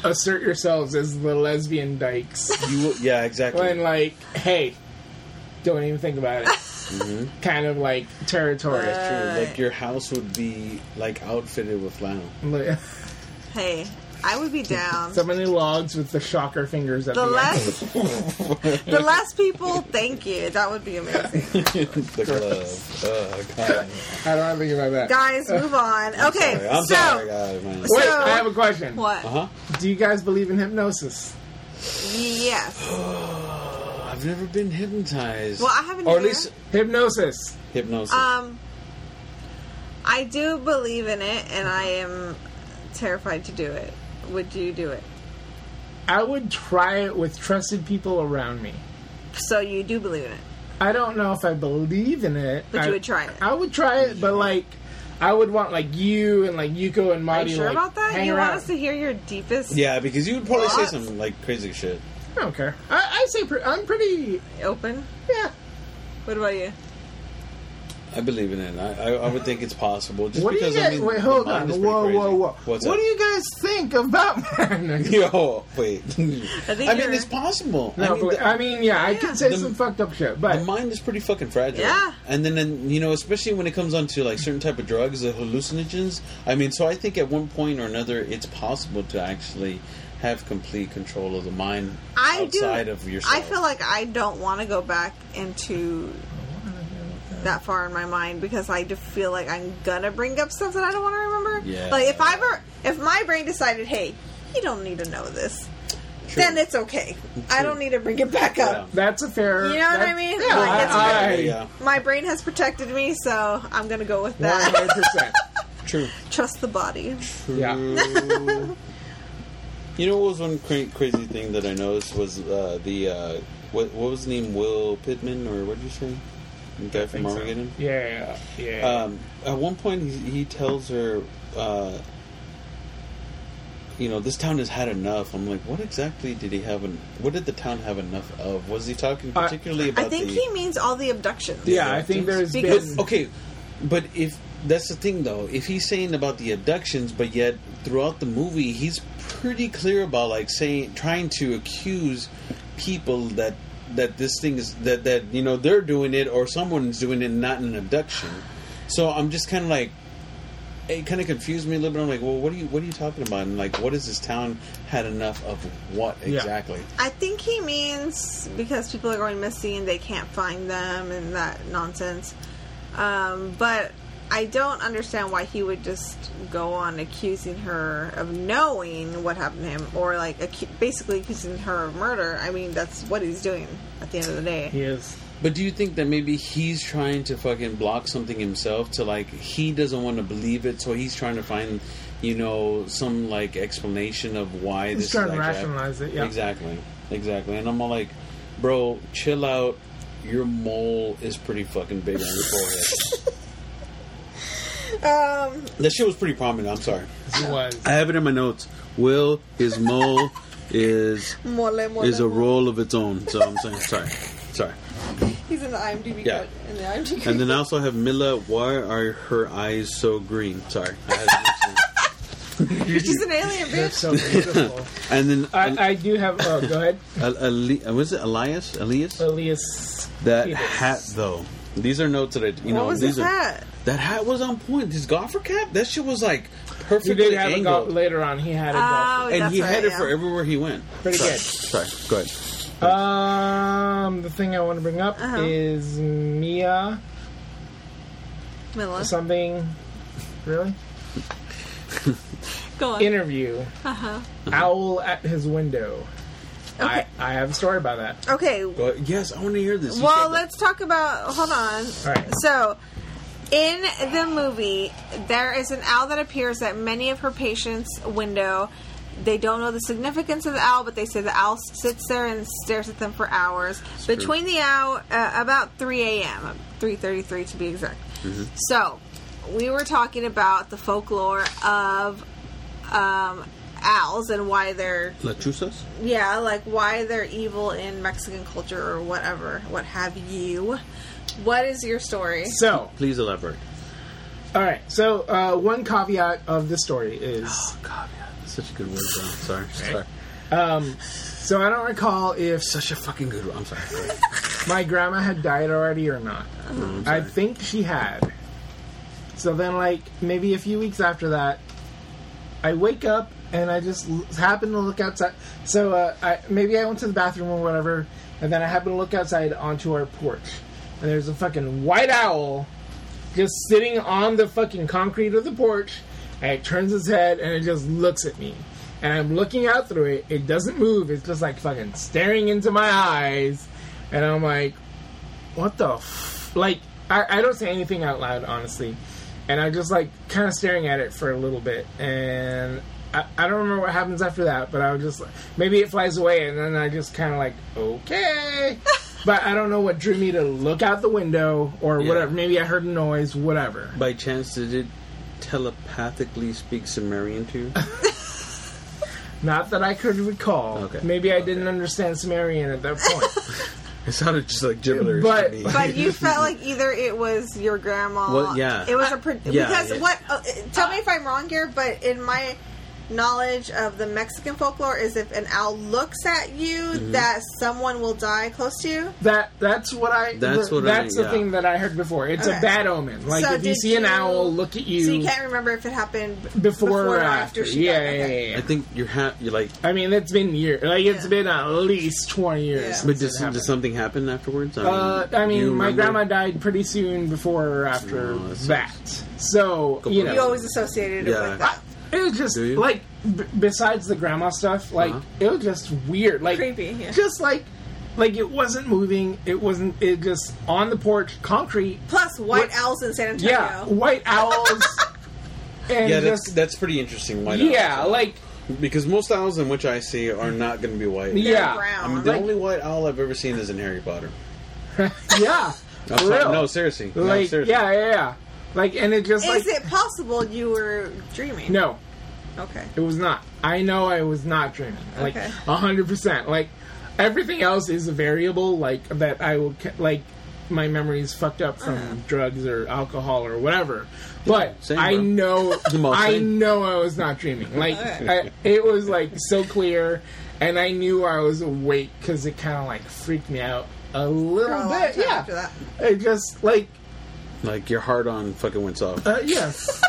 B: assert yourselves as the lesbian dykes.
A: [LAUGHS]
C: You will- yeah, exactly.
B: when like hey, don't even think
A: [LAUGHS]
B: about it.
C: Mm-hmm.
B: Kind of like territory.
A: Uh,
C: True, like your house would be like outfitted with
B: [LAUGHS]
C: flannel.
B: Look,
A: Hey, I would be
C: [LAUGHS]
A: down.
B: Somebody logs with the shocker fingers at the,
A: the
B: end.
A: less, the less people. Thank you. That would be amazing,
C: the glove. Oh god.
B: I don't want to think about that.
A: guys. Move on. Okay,
C: Sorry, I'm
A: so
C: sorry, guys, man.
B: Wait,
A: So-
B: I have a question.
A: what?
C: Uh huh.
B: Do you guys believe in hypnosis?
C: [GASPS]
A: Yes.
C: I've never been hypnotized.
A: Well, I haven't
C: Or at
A: either.
C: least
B: Hypnosis.
C: hypnosis.
B: uh,
A: Um, I do believe in it, and I am terrified to do it. Would you do it?
B: I would try it with trusted people around me.
A: So you do believe in it?
B: I don't know if I believe in it.
A: But you
B: I-
A: would try it.
B: I would try it, but like, I would want like you and like Yuko and
A: Are
B: Marty.
A: you sure
B: like,
A: about that?
B: Hang
A: You
B: around.
A: want us to hear your deepest?
C: yeah, because you would probably say
A: What?
C: some like crazy shit.
B: I don't care. I, I say pre- I'm pretty.
A: Open.
B: Yeah.
A: What about you?
C: I believe in it. I, I, I would think it's possible. Just
B: What do you
C: because
B: guys?
C: I mean,
B: wait, hold
C: the mind
B: on.
C: is
B: Whoa,
C: pretty
B: whoa,
C: crazy.
B: whoa,
C: What's
B: what
C: up?
B: do you guys think about? [LAUGHS]
C: [LAUGHS] Yo, wait. I,
A: think
C: mean,
A: you're-
C: it's possible.
B: No,
C: I mean,
B: but-
C: the,
B: I mean, yeah, I
A: Yeah.
B: could say
C: The-
B: some fucked up shit, but
C: the mind is pretty fucking fragile.
A: Yeah.
C: And then, and, you know, especially when it comes on to like certain type of drugs, the hallucinogens. I mean, so I think at one point or another, it's possible to actually have complete control of the mind
A: I
C: outside
A: do.
C: of yourself.
A: I feel like I don't want to go back into that far in my mind because I do feel like I'm gonna bring up stuff that I don't want to remember.
C: Yeah.
A: Like if I were, if my brain decided, hey, you don't need to know this,
C: True.
A: then it's okay. I don't need to bring it back up.
B: that's a fair.
A: You know what I
B: that's-
A: mean?
B: Yeah,
A: Like, it's
B: I,
C: okay. Yeah.
A: My brain has protected me, so I'm gonna go with
B: one
A: that.
B: hundred percent.
C: True.
A: Trust the body.
C: True.
B: Yeah.
C: you know what was one cra- crazy thing that I noticed was uh, the uh, what what was his name Will Pittman or what did you say? The guy from Armageddon.
B: Yeah, yeah.
C: Um, at one point, he, he tells her, uh, "You know, this town has had enough." I'm like, "What exactly did he have? En- what did the town have enough of?" Was he talking
B: I-
C: particularly
A: I
C: about
A: think
C: the?
A: he means all the abductions.
B: yeah, I think there's
A: Because-
B: been.
A: means-
C: okay, but if that's the thing though, if he's saying about the abductions, but yet throughout the movie, he's pretty clear about like saying trying to accuse people that that this thing is that that you know they're doing it or someone's doing it, not an abduction. So I'm just kind of like. It kind of confused me a little bit. I'm like, well, what are you, what are you talking about? And like, what has this town had enough of? What
B: Yeah.
C: exactly?
A: I think he means because people are going missing and they can't find them and that nonsense. Um, but I don't understand why he would just go on accusing her of knowing what happened to him or like acu- basically accusing her of murder. I mean, that's what he's doing at the end of the day.
B: He is.
C: But do you think that maybe he's trying to fucking block something himself to like he doesn't want to believe it, so he's trying to find, you know, some like explanation of why this.
B: trying
C: is
B: to
C: like that.
B: rationalize it, yeah.
C: Exactly. Exactly. And I'm all like, bro, chill out. Your mole is pretty fucking big on your forehead.
A: Um,
C: that shit was pretty prominent. I'm sorry.
B: He was.
C: I have it in my notes. Will his mole is
A: mole, mole,
C: is a
A: mole.
C: role of its own. So I'm saying sorry, sorry.
A: He's in the IMDb.
C: Yeah.
A: code- In the IMDb.
C: And then I also have Mila. Why are her eyes so green? Sorry. I had
A: She's an
C: [LAUGHS]
A: alien bitch.
B: That's so beautiful.
C: and then
B: [LAUGHS] I, I do have. Oh, go ahead.
C: Al- Ali- was it Elias? Elias?
B: Oh, Elias.
C: That
B: Peters.
C: hat though. These are notes that I, you know.
A: what was
C: these
A: his
C: are,
A: hat?
C: That hat was on point. His golfer cap. That shit was like
B: He
C: perfectly
B: did have a golf
C: angled.
B: later on. He had a
A: Oh,
B: golf.
C: and
A: that's
C: he
A: right,
C: had it
A: yeah.
C: for everywhere he went.
B: Pretty
C: sorry.
B: good.
C: Sorry. Go ahead.
B: Um, the thing I want to bring up
A: Uh-huh.
B: is Mia
A: Mila.
B: something. Really?
A: Go on.
B: Interview. Owl at his window. I,
A: Uh-huh. Okay.
B: I have a story about that.
A: okay,
C: Go ahead. Yes, I want to hear this. You
A: Well,
C: said that.
A: let's talk about. Hold on.
B: All right.
A: So, in the movie, there is an owl that appears at many of her patients' window. They don't know the significance of the owl, but they say the owl sits there and stares at them for hours. Between the hour, uh, about 3 a.m., 3:33 to be exact.
C: Mm-hmm.
A: So, we were talking about the folklore of um, owls and why they're
C: Lechuzas.
A: yeah, like why they're evil in Mexican culture or whatever, what have you. What is your story?
B: So,
C: Please elaborate.
B: all right. So, uh, one caveat of this story is
C: God, yeah, that's such a good word, bro. Sorry. Sorry.
B: so I don't recall if
C: Such a fucking good word. I'm sorry. Go ahead.
B: my grandma had died already or not. I think she had. So then, like, maybe a few weeks after that, I wake up and I just l- happen to look outside. So uh, I, maybe I went to the bathroom or whatever, and then I happen to look outside onto our porch. And there's a fucking white owl just sitting on the fucking concrete of the porch, and it turns its head and it just looks at me. And I'm looking out through it. It doesn't move. It's just like fucking staring into my eyes. And I'm like, what the f-? Like, I, I don't say anything out loud, honestly. And I'm just like kind of staring at it for a little bit. And I, I don't remember what happens after that, but I was just like, maybe it flies away. And then I just kind of like, okay. but I don't know what drew me to look out the window or
C: Yeah.
B: whatever. Maybe I heard a noise, whatever.
C: By chance, did it telepathically speak Sumerian to you?
B: Not that I could recall.
C: Okay. [LAUGHS]
B: Maybe I didn't understand Sumerian at that point.
C: [LAUGHS] It sounded just like gibberish
B: But-
C: to me. [LAUGHS]
A: But you felt like either it was your grandma.
C: Well, yeah.
A: It was a pro-
C: Yeah,
A: because
C: yeah.
A: what? Uh, tell me if I'm wrong here, but in my knowledge of the Mexican folklore, is if an owl looks at you, that someone will die close to you.
B: That that's what I.
C: That's
B: the-
C: what I-
B: that's the
C: yeah.
B: thing that I heard before. It's
A: Okay.
B: a bad omen. Like
A: So
B: if you
A: did
B: see an
A: you-
B: owl look at you,
A: So you can't remember if it happened b-
B: before,
A: or after. she
B: yeah,
A: died.
B: yeah,
A: Okay.
B: yeah, yeah.
C: I think you're ha- you're like.
B: I mean, it's been years. Like it's
A: Yeah.
B: been at least twenty years.
A: Yeah.
B: since
C: But
B: it
C: does,
B: happened.
C: does something happen afterwards? I mean,
B: Uh, I
C: do you
B: mean, my
C: remember?
B: grandma died pretty soon before or after
C: Oh, that
B: that.
C: sucks.
B: So, you
C: Yeah.
A: You
B: know,
A: always associated it
C: Yeah.
A: with that.
B: it was just,
C: Do you?
B: like, b- besides the grandma stuff, like,
C: Uh-huh.
B: it was just weird. Like,
A: Creepy, yeah.
B: Just like, like, it wasn't moving. It wasn't, it just, on the porch, concrete.
A: Plus, white
B: What-
A: owls in San Antonio.
B: Yeah, white
A: [LAUGHS]
B: owls. and
C: Yeah, that's
B: just,
C: that's pretty interesting. Why not?
B: yeah, like,
C: because most owls in which I see are not going to be white.
A: They're
B: yeah.
C: I
A: brown.
C: mean, the
B: Like-
C: only white owl I've ever seen is in Harry Potter.
B: yeah.
C: I'm
B: for
C: sorry,
B: real.
C: no, seriously. No,
B: Like,
C: seriously.
B: yeah, yeah, yeah. Like, and it just, like,
A: is it possible you were dreaming?
B: no.
A: Okay.
B: It was not. I know I was not dreaming. Like
A: Okay.
B: hundred percent. Like everything else is a variable. Like that I will ca- like my memory is fucked up from
A: Uh-huh.
B: drugs or alcohol or whatever. But
C: same,
B: I
C: bro. [LAUGHS]
B: know
C: Well,
B: I
C: same.
B: know I was not dreaming. Like
A: Okay.
B: I, it was like so clear, and I knew I was awake because it kind of like freaked me out a
A: For a
B: little
A: long
B: bit.
A: time
B: Yeah,
A: after that.
B: it just like
C: Like your heart on fucking went off.
B: uh, yes.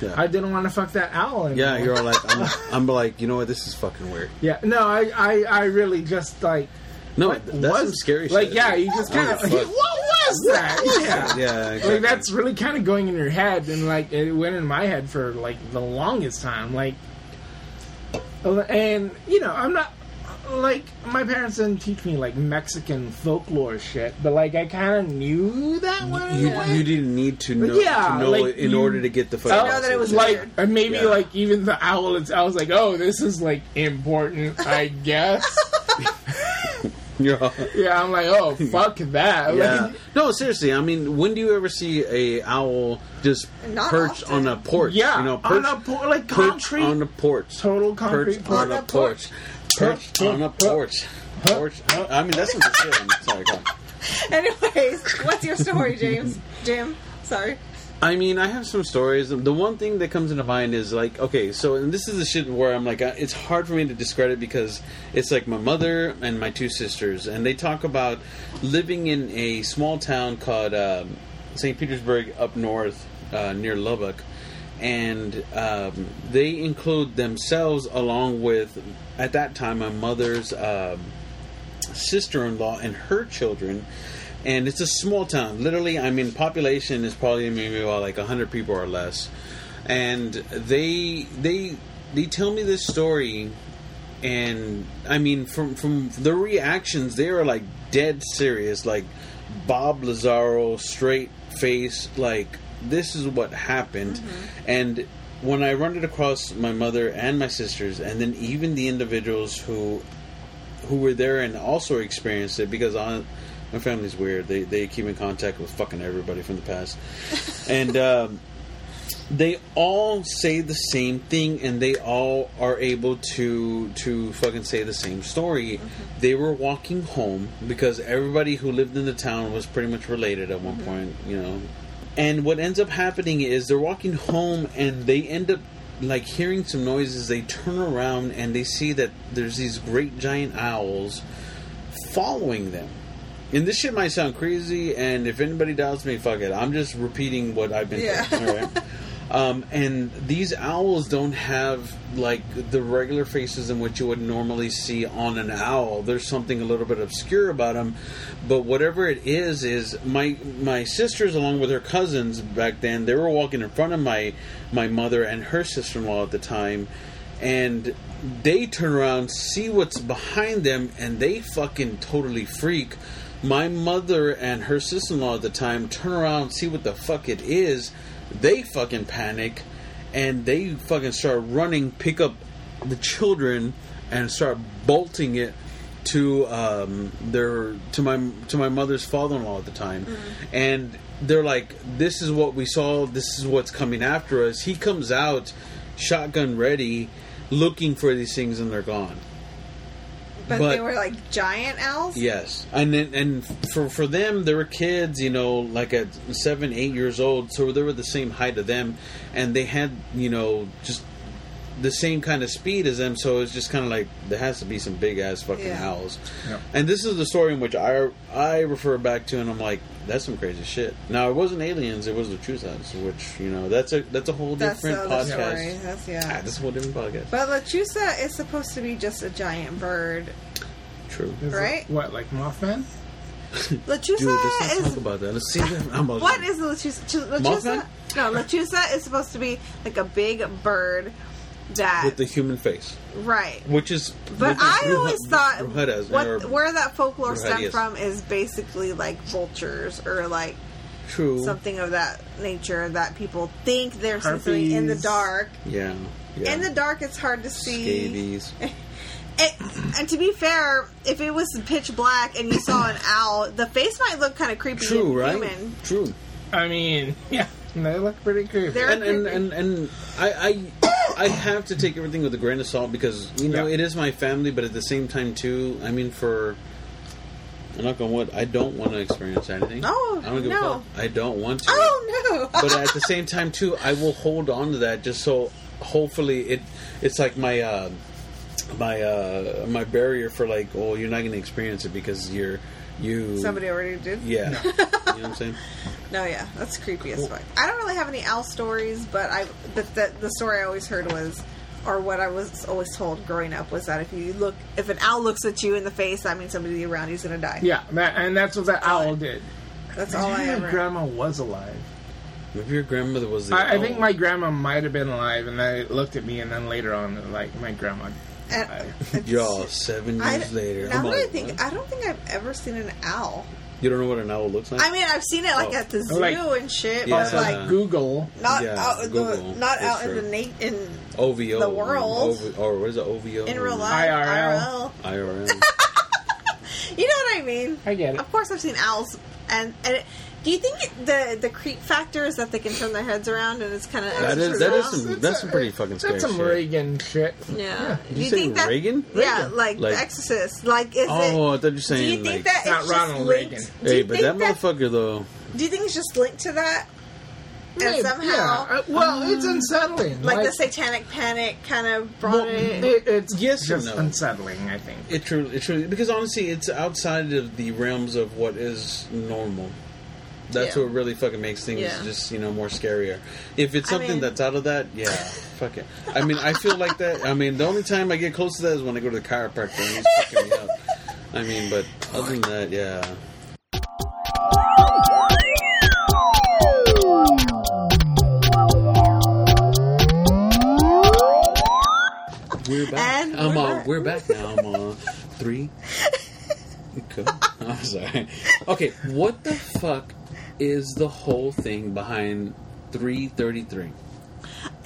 C: Yeah.
B: I didn't want to fuck that owl. Anymore.
C: yeah, you're all like, I'm, I'm like, you know what? This is fucking weird.
B: Yeah, no, I, I, I really just like
C: No,
B: [LAUGHS] what
C: that's some scary
B: Like,
C: shit.
B: yeah, you just kind of
C: Oh,
B: like,
C: fuck.
B: what was that? [LAUGHS] Yeah,
C: Yeah, exactly.
B: Like that's really kind of going in your head, and like it went in my head for like the longest time. Like, and you know, I'm not like my parents didn't teach me like Mexican folklore shit, but like I kind of knew that one.
C: you, you didn't need to know,
B: yeah,
C: to know
B: like,
C: it in
B: you-
C: order to get the fucking.
B: Oh,
A: know that it was
B: like
C: message. [LAUGHS]
A: weird.
B: and maybe
C: Yeah.
B: like even the owl. It's, I was like, oh, this is like important,
C: [LAUGHS]
B: I guess.
C: You're all-
B: Yeah, I'm like, oh fuck that.
C: yeah.
B: Like,
C: No, seriously. I mean, when do you ever see a owl just
A: Not
C: perched
A: often.
C: on a porch?
B: yeah.
C: you know,
B: on
C: perched,
B: a por- like
C: perched
B: concrete,
C: on a porch,
B: total concrete
C: perched on
B: porch.
C: a porch, perched on a porch, porch. I mean, that's some shit. I'm sorry. Go on.
A: Anyways, what's your story, James? Jim, sorry.
C: I mean, I have some stories. The one thing that comes into mind is like, okay, so and this is the shit where I'm like, I- it's hard for me to discredit because it's like my mother and my two sisters, and they talk about living in a small town called um, St. Petersburg up north uh, near Lubbock, and um, they include themselves along with, at that time, my mother's. Um, sister-in-law and her children and it's a small town literally i mean population is probably maybe about like 100 people or less and they they they tell me this story and i mean from from the reactions they are like dead serious like bob lazaro straight face like this is what happened and when i run it across my mother and my sisters and then even the individuals who who were there and also experienced it because I, my family's weird. They they keep in contact with fucking everybody from the past, and um, they all say the same thing, and they all are able to to fucking say the same story. They were walking home because everybody who lived in the town was pretty much related at one point, you know. And what ends up happening is they're walking home and they end up like hearing some noises. They turn around and they see that there's these great giant owls following them. And this shit might sound crazy, and if anybody doubts me, fuck it. I'm just repeating what I've been
A: Yeah.
C: told. All right. Um, and these owls don't have like the regular faces in which you would normally see on an owl. There's something a little bit obscure about them, but whatever it is, is my my sisters along with her cousins back then they were walking in front of my my mother and her sister-in-law at the time, and they turn around, see what's behind them, and they fucking totally freak. My mother and her sister in law at the time turn around, see what the fuck it is. They fucking panic and they fucking start running, pick up the children, and start bolting it to um, their to my to my mother's father-in-law at the time, and they're like, "This is what we saw. This is what's coming after us." He comes out, shotgun ready, looking for these things, and they're gone.
A: But,
C: But-
A: they were like giant owls.
C: Yes, and then, and for for them, they were kids, you know, like at seven, eight years old, so they were the same height of them, and they had you know just the same kind of speed as them. So it's just kind of like there has to be some big ass fucking
A: Yeah.
C: owls.
B: Yeah.
C: And this is the story in which I I refer back to, and I'm like, that's some crazy shit. Now it wasn't aliens; it was the True Sons, which you know that's a that's a whole
A: that's the
C: different
A: other story.
C: podcast.
A: That's
C: Ah,
A: yeah.
C: that's a whole different podcast.
A: But Lachusa is supposed to be just a giant bird.
C: True.
B: Is it-
A: Right?
B: what, like Mothman?
C: Dude, let's
A: Lachusa
C: not talk
A: is
C: about that. Let's see. I'm about-
A: what is Lachusa? Ch- Lachusa?
C: Mothman?
A: No, Lachusa is supposed to be like a big bird that
C: with the human face?
A: right.
C: which is
A: But
C: which is
A: I
C: Bruja-
A: always thought
C: Brujeras,
A: what,
C: or-
A: where that folklore stemmed
C: Brujerías.
A: from is basically like vultures or like
C: true
A: something of that nature that people think they're something in the
B: Harpies.
A: dark.
C: yeah, yeah
A: In the dark, it's hard to see. [LAUGHS]
C: scabies
A: It, and to be fair, if it was pitch black and you saw an owl, the face might look kind of creepy.
C: true
A: and
C: right
A: Human.
C: true
B: I mean, yeah, they look pretty creepy.
A: They're-
C: and and and, and I, I [COUGHS] I have to take everything with a grain of salt because you know
B: Yeah.
C: it is my family but at the same time too I mean for I'm not gonna what I don't want to experience anything
A: Oh,
C: I don't give
A: no.
C: a fuck I don't want to
A: Oh no!
C: but uh, at the same time too I will hold on to that just so hopefully it it's like my uh, my uh, my barrier for like oh you're not gonna experience it because you're
A: [LAUGHS]
C: you
A: Somebody already did.
C: Yeah. you know what I'm saying?
A: No, yeah, that's creepy as fuck. I don't really have any owl stories, but I but the the story I always heard was, or what I was always told growing up was that if you look, if an owl looks at you in the face, that means somebody around you's gonna die.
B: yeah, that, and that's what that owl did.
A: that's all I
B: [LAUGHS] Maybe
A: ever.
B: my grandma was alive.
C: Maybe your grandmother was oh, the
B: I, I
C: owl.
B: think my grandma might have been alive, and I looked at me, and then later on, like my grandma.
A: and-
B: I-
A: [LAUGHS] it's-
C: Y'all, seven years
A: I,
C: later.
A: Now
C: I'm
A: that I
C: like,
A: think,
C: what?
A: I don't think I've ever seen an owl.
C: You don't know what an owl looks like?
A: I mean, I've seen it like
C: Oh.
A: at the zoo
B: Like-
A: and shit,
C: Yeah.
A: but like
B: Google.
A: not
C: Yeah,
A: out in the,
C: Google,
A: not
C: for
A: out
C: sure.
A: in the nate in
C: OVO.
A: the world.
C: OV, or what is it? OVO?
A: in real life.
B: IRL.
A: IRL. [LAUGHS]
C: IRL.
A: You know what I mean?
B: I get it.
A: Of course, I've seen owls, and and it, do you think it, the the creep factor is that they can turn their heads around and it's kind of
C: That is- that is some- that's some pretty fucking
B: That's
C: scary
B: some
C: shit.
B: Reagan shit.
A: yeah.
C: Did
A: Do
C: you say
A: that,
C: Reagan?
A: Yeah,
B: Reagan.
A: like,
C: Like-
A: The Exorcist. Like, is
C: oh, I
A: it?
C: thought you were
A: Do you
C: saying
A: think
C: like.
A: that it's
B: Not
A: just
B: Ronald
A: linked?
B: Reason.
A: Do you
C: Hey, but
A: think
C: that motherfucker though.
A: Do you think it's just linked to that?
B: Maybe,
A: And somehow,
B: yeah. Uh, well, it's unsettling.
A: like, the Satanic Panic kind of brought
B: well,
A: it.
B: it- it's
C: Yes or
B: just
C: no?
B: unsettling. I think.
C: It truly, it truly, because honestly, it's outside of the realms of what is normal. That's
A: Yeah.
C: what really fucking makes things
A: Yeah.
C: just you know more scarier. If it's
A: I
C: something
A: mean-
C: that's out of that, yeah, fuck it. I mean, I feel like that. I mean, the only time I get close to that is when I go to the chiropractor and he's fucking me up. I mean, but other than that, yeah. We're back.
A: And
C: I'm
A: we're
C: on.
A: back.
C: We're back now. I'm on three. Okay. [LAUGHS] I'm sorry. Okay, what the fuck is the whole thing behind 333?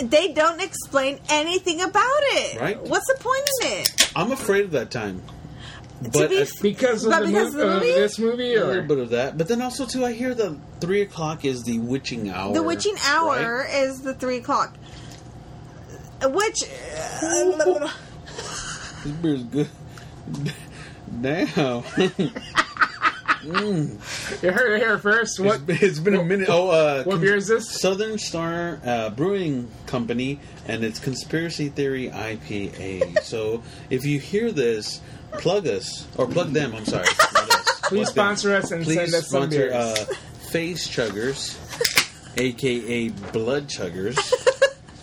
A: They don't explain anything about it.
C: Right.
A: What's the point in it?
C: I'm afraid of that time. But
A: to be
C: I-
A: f-
B: Because of,
A: But
B: the,
A: because
B: mov-
A: of the
B: of
A: movie?
B: this movie,
C: a
B: or
C: little bit of that. But then also too, I hear the three o'clock is the witching hour.
A: The witching hour
C: right?
A: is the three o'clock. Which uh,
C: This beer is good. [LAUGHS] Damn. [LAUGHS]
B: you heard it here first. What
C: It's- it's been a minute. Oh, uh,
B: what beer is this?
C: Southern Star uh, Brewing Company, and it's Conspiracy Theory IPA. so if you hear this, plug us or plug them. I'm sorry. not us.
B: [LAUGHS] Please
C: Plug them.
B: sponsor us and
C: Please
B: send us some
C: sponsor,
B: beers.
C: Uh, face chuggers, aka
B: [LAUGHS]
C: blood chuggers.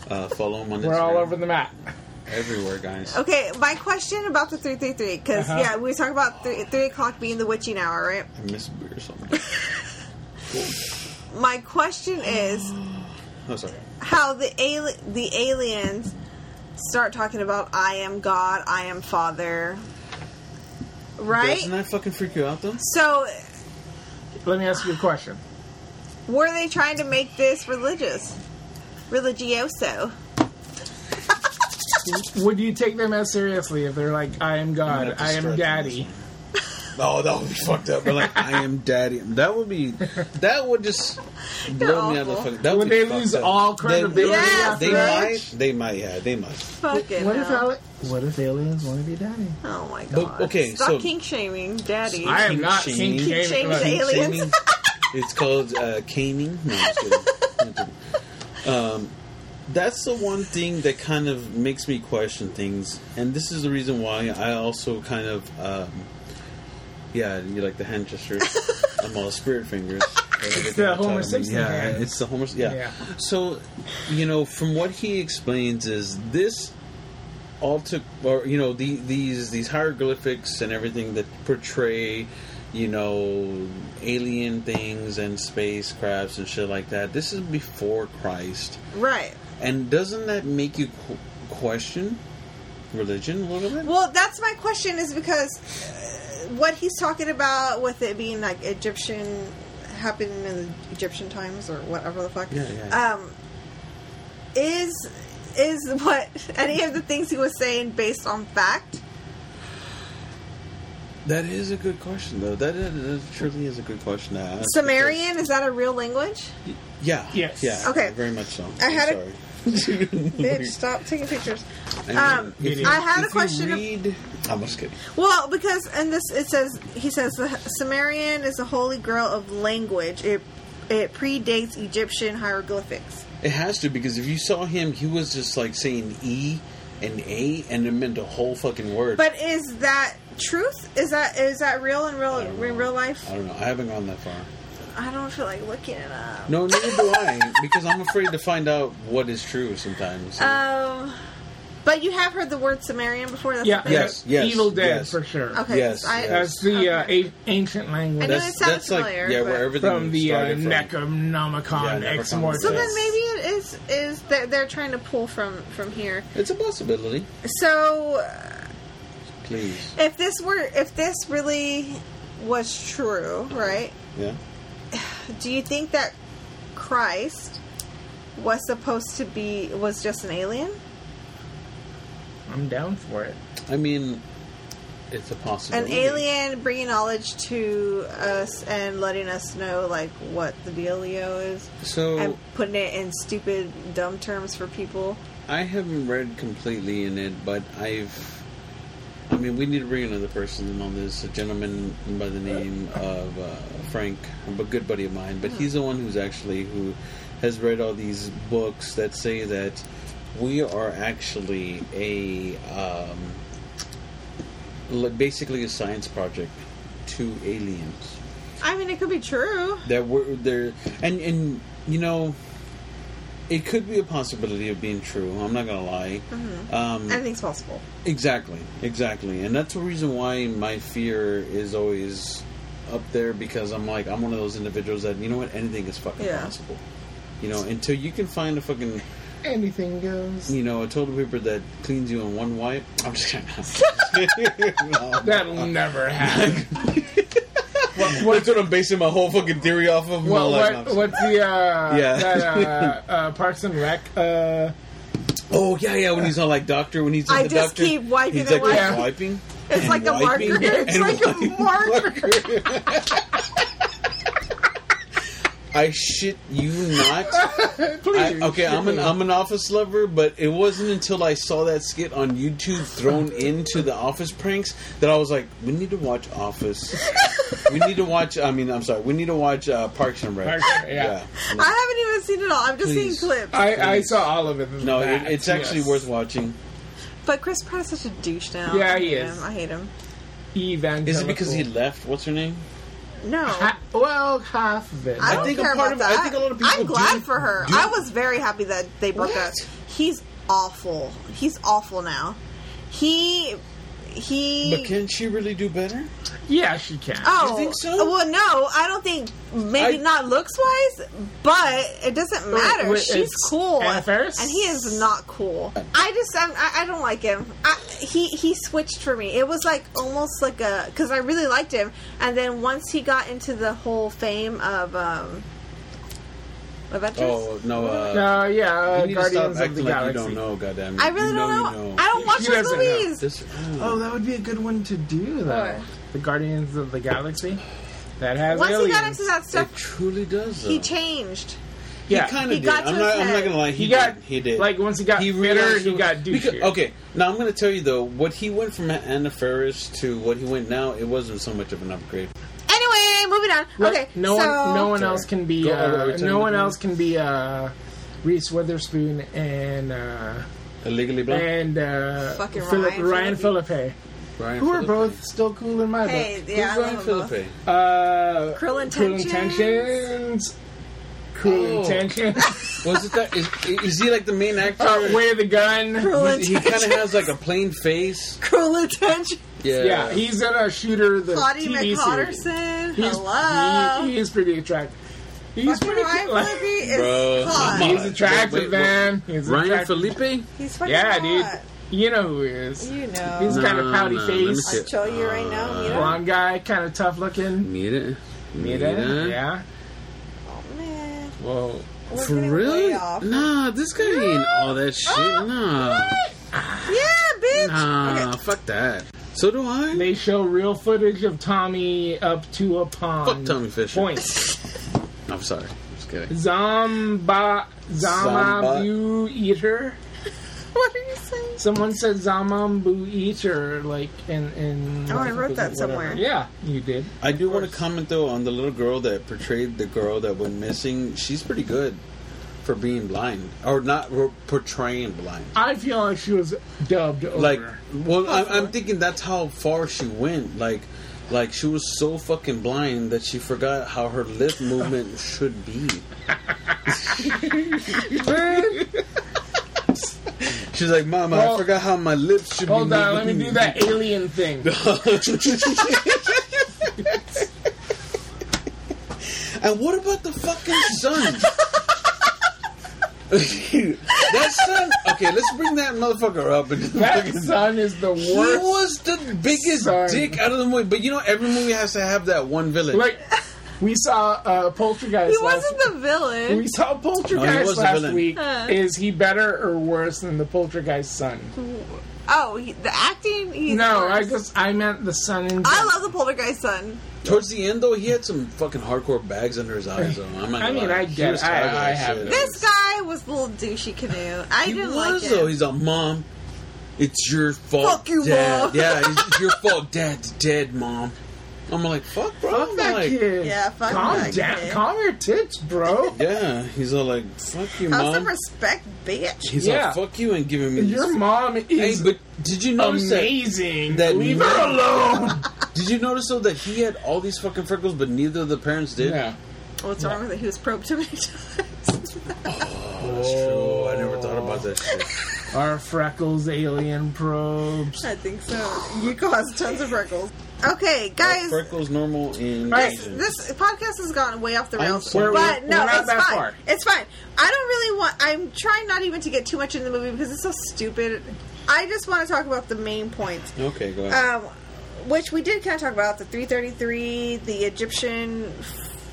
C: Uh, follow them on
B: We're
C: Instagram.
B: all over the map.
C: everywhere, guys.
A: okay, my question about the three three three because
B: Uh-huh.
A: yeah, we talk about three, three o'clock being the witching hour, right?
C: I miss beer so much.
A: My question is [LAUGHS]
C: Oh, sorry.
A: how the ali- the aliens start talking about I am God, I am Father, right?
C: Doesn't that fucking freak you out though?
A: so
B: Let me ask you a question.
A: were they trying to make this religious, religioso?
B: Would you take them as seriously if they're like, "I am
C: I'm
B: God,
C: gonna have to
B: I am
C: stretch on
B: Daddy"?
C: this oh, that would be fucked up. But like, I am daddy. That would be. That would
A: [LAUGHS]
C: just blow me out of the
A: awful.
C: fuck. That
B: When
C: would be
B: they
C: fucked
B: lose
C: up.
B: all
C: They-
B: credibility
A: Yes,
C: They,
A: bitch.
C: might. They might. Yeah, they might.
A: Fucking
B: What if
A: hell.
B: ali- what if aliens want to be daddy?
A: Oh my god.
C: But, okay,
A: Stop
C: so-
A: kink shaming, daddy.
B: I am
C: King
B: not
C: Shane.
B: King
C: King
B: Shane.
A: Shane's
B: Right.
A: alien. Aliens?
C: Caning. [LAUGHS] it's called uh, caning. No, I'm just kidding. I'm kidding. um, that's the one thing that kind of makes me question things, and this is the reason why I also kind of, um, yeah, you like the hand gestures. I'm all spirit fingers. It's
B: the Homer Simpson
C: Yeah,
B: hand.
C: it's the Homer. Yeah.
B: Yeah.
C: So, you know, from what he explains, is this all took, or you know, the, these these hieroglyphics and everything that portray, you know, alien things and spacecrafts and shit like that. This is before Christ,
A: Right.
C: and doesn't that make you qu- question religion a little bit?
A: Well, that's my question is because uh, what he's talking about with it being like Egyptian happening in the Egyptian times or whatever the fuck
C: Yeah, yeah.
A: um is is what [LAUGHS] any of the things he was saying based on fact?
C: that is a good question, though. That, is, that truly is a good question. To ask
A: Sumerian is that a real
C: [LAUGHS]
A: language?
C: because- Yeah.
B: Yes.
C: Yeah.
A: Okay.
C: Very much so.
A: I had
C: I'm
A: a-
C: sorry.
B: [LAUGHS]
A: Bitch, stop taking pictures.
C: I
A: Um,
C: if
A: I had a
C: if
A: question
C: You
A: of-
C: read, I'm just kidding.
A: Well, because in this it says he says the Sumerian is the holy grail of language. It it predates Egyptian hieroglyphics.
C: It has to because if you saw him, he was just like saying E and A, and it meant a whole fucking word.
A: But is that truth? Is that is that real in real
C: I don't know.
A: in real life?
C: I don't know. I haven't gone that far.
A: I don't feel like looking it up.
C: No, neither do
A: [LAUGHS]
C: I, because I'm afraid to find out what is true sometimes. So.
A: Um, but you have heard the word Sumerian before. That's
B: Yeah,
A: the thing.
C: Yes, yes,
B: Evil Dead
C: yes.
B: for sure.
A: Okay.
C: Yes,
A: I,
C: yes.
B: That's the uh, a- ancient language.
A: I know it sounds familiar,
C: yeah,
A: but-
C: where everything
B: from the uh,
C: started from.
B: Necronomicon
C: Yeah,
B: Ex
C: Necronomicon.
B: Mortis.
A: So then
C: Yes.
A: maybe it is is that they're trying to pull from from here.
C: It's a possibility.
A: So [LAUGHS]
C: Please,
A: if this were if this really was true, right?
C: yeah.
A: Do you think that Christ was supposed to be was just an alien?
B: I'm down for it.
C: I mean, it's a
A: An
C: possibility.
A: alien bringing knowledge to us and letting us know like what the dealio is
C: So
A: and putting it in stupid dumb terms for people.
C: I haven't read completely in it, but I've. I mean, we need to bring another person in on this, a gentleman by the name of uh, Frank, a good buddy of mine. But he's the one who's actually who has read all these books that say that we are actually a um, li- basically a science project to aliens
A: I mean, it could be true.
C: that were there and and you know it could be a possibility of being true i'm not gonna lie um,
A: Anything's
C: [LAUGHS]
A: possible.
C: exactly exactly and that's the reason why my fear is always up there because i'm like i'm one of those individuals that you know what anything is fucking
A: Yeah.
C: possible you know until you can find a fucking
B: Anything goes.
C: you know a toilet paper that cleans you in one wipe i'm just gonna [LAUGHS] No.
B: That'll
C: [LAUGHS]
B: never happen. what,
C: that's
B: what,
C: what i'm basing my whole fucking theory off of my
B: what,
C: life.
B: what, what's the uh,
C: Yeah.
B: that,
C: [LAUGHS]
B: uh, uh, Parks and Rec? Uh,
C: Oh yeah, yeah. When he's on like doctor, when he's in
A: I
C: the
A: just
C: doctor,
A: keep wiping
C: he's
A: and
B: wiping.
C: like wiping.
A: It's
C: and
A: like a
C: wiping
A: marker. It's
C: and
A: like a
C: wiping.
A: marker.
C: I shit you not.
A: [LAUGHS]
B: please.
C: I, okay, I'm an I'm an office lover, but it wasn't until I saw that skit on YouTube thrown into the office pranks that I was like, we need to watch Office. we need to watch. I mean, I'm sorry. We need to watch uh, Parks and Rec.
B: Parks and Rec, yeah.
A: I haven't even seen it all. I'm just
C: Please.
A: seeing clips.
B: I, I saw all of it. in
C: No, it,
B: that,
C: it's actually
B: yes.
C: worth watching.
A: But Chris Pratt is such a douche now.
B: Yeah,
A: I
B: he
A: hate
B: is.
A: Him. I hate him.
B: Evangelical.
C: Is it because he left? What's her name?
A: No.
B: Ha- well, half of it.
A: Oh. I don't
C: think a
A: care
C: part
A: about
C: of- I
A: that.
C: think a lot of people
A: am glad
C: do-
A: for her.
C: do-
A: I was very happy that they broke
C: What?
A: up. He's awful. He's awful now. He he.
C: But can she really do better?
B: yeah, she can.
A: oh,
C: you think so?
A: well, no, I don't think. Maybe
C: I-
A: not looks wise, but it doesn't matter.
B: wait,
A: She's
B: it's
A: cool,
B: Anna Faris?
A: and he is not cool. I just I'm, I I don't like him. I, he he switched for me. It was like almost like a because I really liked him, and then once he got into the whole fame of um. Avengers?
C: Oh no. Uh,
B: No, yeah,
C: You
B: uh,
C: need to stop
B: Guardians of the
C: acting like
B: Galaxy.
C: You don't know, goddamn. it.
A: I really
C: You
A: don't know.
C: you
A: I don't watch
B: She
A: those
B: doesn't know.
A: movies.
C: This- oh.
B: Oh, that would be a good one to do, though.
A: What?
B: the Guardians of the Galaxy that has
A: Once
B: aliens.
A: he got into that
C: It
A: stuff,
C: truly does. Though.
A: he changed.
B: yeah,
C: He kind
A: He
C: of did.
A: got to
C: I'm
A: his
C: not, I'm not
A: head.
C: gonna lie. He,
B: He got
C: did. He did.
B: like once he got fitter,
C: realized
B: he got
C: because-
B: douchier.
C: Okay, now I'm gonna tell you though what he went from Anna Ferris to what he went now. It wasn't so much of an upgrade.
A: Anyway, moving on.
B: Look,
A: okay,
B: no
A: so
B: one, no one
C: Sorry.
B: else can be,
C: Go- are we
B: uh,
C: turning
B: no one
C: the-
B: else can be uh, Reese Witherspoon and uh,
C: Illegally
B: and
C: blind.
B: uh,
A: Fucking
B: Philip,
A: Ryan
B: Ryan
A: Phillippe.
B: Philippe,
C: Ryan
B: who are
C: Phillippe.
B: both still cool in my
A: Hey,
B: book.
A: yeah, I
C: Who's Ryan
A: love them both.
C: Phillippe?
B: Uh,
A: Cruel Intentions.
B: Intentions. Cruel
C: Oh.
B: Intentions.
C: Was it that? Is, is he like the main actor?
B: [LAUGHS] Uh, Way of the gun.
A: Cruel
C: he
A: intentions.
C: kind of
B: [LAUGHS]
C: has like a plain face.
A: [LAUGHS] Cruel intentions.
C: Yeah.
B: Yeah, he's in a shooter. The
A: Claudia
B: TV series.
A: McCotterson.
B: He's,
A: Hello.
B: He, he is pretty attractive. He's
A: fucking
B: pretty
A: Ryan
B: cool.
A: Phillippe is
C: Bro,
A: hot.
B: [LAUGHS]
C: come
B: He's
C: on.
B: attractive,
C: Wait, wait,
B: man. He's
C: Ryan
B: attractive.
C: Felipe.
A: He's fucking
B: Yeah,
A: hot.
B: dude. You know who he is.
A: You know.
B: He's
A: I'll
B: got Uh, a
C: No,
B: pouty
C: no, let me
B: face.
C: see it.
A: show you right now. You know?
B: Blonde guy, kind of tough looking.
C: Mira.
B: Mira, yeah.
A: Oh, man.
C: Whoa.
A: We're
C: For
A: getting way
C: real?
A: off.
C: Nah, this guy ain't all that shit.
A: Oh,
B: [LAUGHS]
C: Nah.
A: Yeah, bitch.
C: Nah,
A: Okay. [LAUGHS]
C: fuck that. So do I.
B: They show real footage of Tommy up to a pond.
C: Fuck Tommy Fisher.
B: Point.
C: I'm sorry. Just kidding.
B: Zomba, Zombu eater.
A: What are you saying?
B: Someone said Zamambu eater, like in in.
A: Oh, I wrote that
B: whatever.
A: somewhere.
B: Yeah, you did.
C: I do want to comment though on the little girl that portrayed the girl that went missing. She's pretty good for being blind or not or portraying blind.
B: I feel like she was dubbed over.
C: Like, well, I'm, I'm thinking that's how far she went. Like, like she was so fucking blind that she forgot how her lip movement
B: [LAUGHS]
C: should be. She's like, Mama,
B: Well,
C: I forgot how my lips should
B: Hold
C: be.
B: on, let me do that alien
C: [LAUGHS]
B: thing.
C: And what about the fucking sun? [LAUGHS] that sun. Okay, let's bring that motherfucker up. And [LAUGHS]
B: That
C: fucking-
B: son is the
C: He
B: worst.
C: was the biggest
B: Son.
C: dick out of the movie. But you know, every movie has to have that one villain.
B: Like, we saw uh, Poltergeist.
A: He
B: last
A: wasn't the villain.
B: We saw
C: No, Oh, he
B: Poltergeist
C: was the
B: last
C: villain.
B: week.
A: Huh.
B: Is he better or worse than the Poltergeist son?
A: Oh, he, the acting. He's
B: No,
A: worse.
B: I just I meant the son. In
A: I love the Poltergeist son.
C: Towards the end, though, he had some fucking hardcore bags under his eyes. Though I'm not.
B: I mean,
C: gonna lie.
B: I
C: He
B: get
C: was
B: it. I-
C: tired of
B: I
C: that
B: have
C: shit.
B: it.
A: This guy was a little douchey canoe. I
C: He
A: didn't
C: was
A: like
C: though.
A: him.
C: He's like, mom, it's your fault.
A: Fuck you,
C: Dad.
A: Mom."
C: Yeah,
A: [LAUGHS]
C: it's it's your fault. Dad's dead, mom. I'm like, fuck, bro.
B: Fuck
C: I'm
B: that
C: like,
B: kid.
A: Yeah, fuck
B: calm
A: that
B: down.
A: kid.
B: Calm your tits, bro.
C: Yeah, he's all like, fuck you,
A: Have some
C: mom.
A: respect, bitch.
C: He's
B: Yeah.
C: like, fuck you, and giving me.
B: Your mom
C: hey,
B: is
C: but did you notice
B: amazing.
C: that
B: Leave
C: man-
B: her
C: [LAUGHS]
B: alone.
C: that? Did you notice though that he had all these fucking freckles, but neither of the parents did?
B: yeah.
A: What's wrong with it? He was probed [LAUGHS] too many times.
C: That's true. I never thought about
A: [LAUGHS]
C: that shit.
B: Our freckles alien probes.
A: I think so. You caused tons of freckles. Okay, guys.
C: freckles normal in
B: Right.
C: Asian.
A: This podcast has gone way off the
C: I'm
A: rails,
C: sorry.
A: but
B: We're-
A: no,
B: we're not
A: it's
B: that
A: fine.
B: far.
A: It's fine. I don't really want. I'm trying not even to get too much into the movie because it's so stupid. I just want to talk about the main points.
C: Okay, go ahead.
A: um, which we did kind of talk about the 333, the Egyptian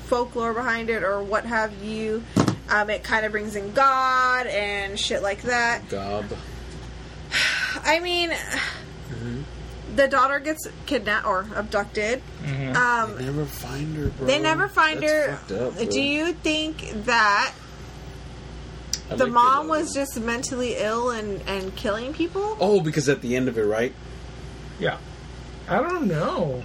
A: folklore behind it, or what have you. Um, it kind of brings in God and shit like that.
C: Gob.
A: I mean, [SIGHS] the daughter gets kidnapped or abducted.
C: Mm-hmm.
A: Um,
C: Never find her, bro.
A: they never find
C: That's fucked
A: her.
C: up, bro.
A: Do you think that
C: I
A: the
C: like
A: mom
C: it.
A: was just mentally ill and, and killing people?
C: Oh, because at the end of it, right?
B: Yeah. I don't know.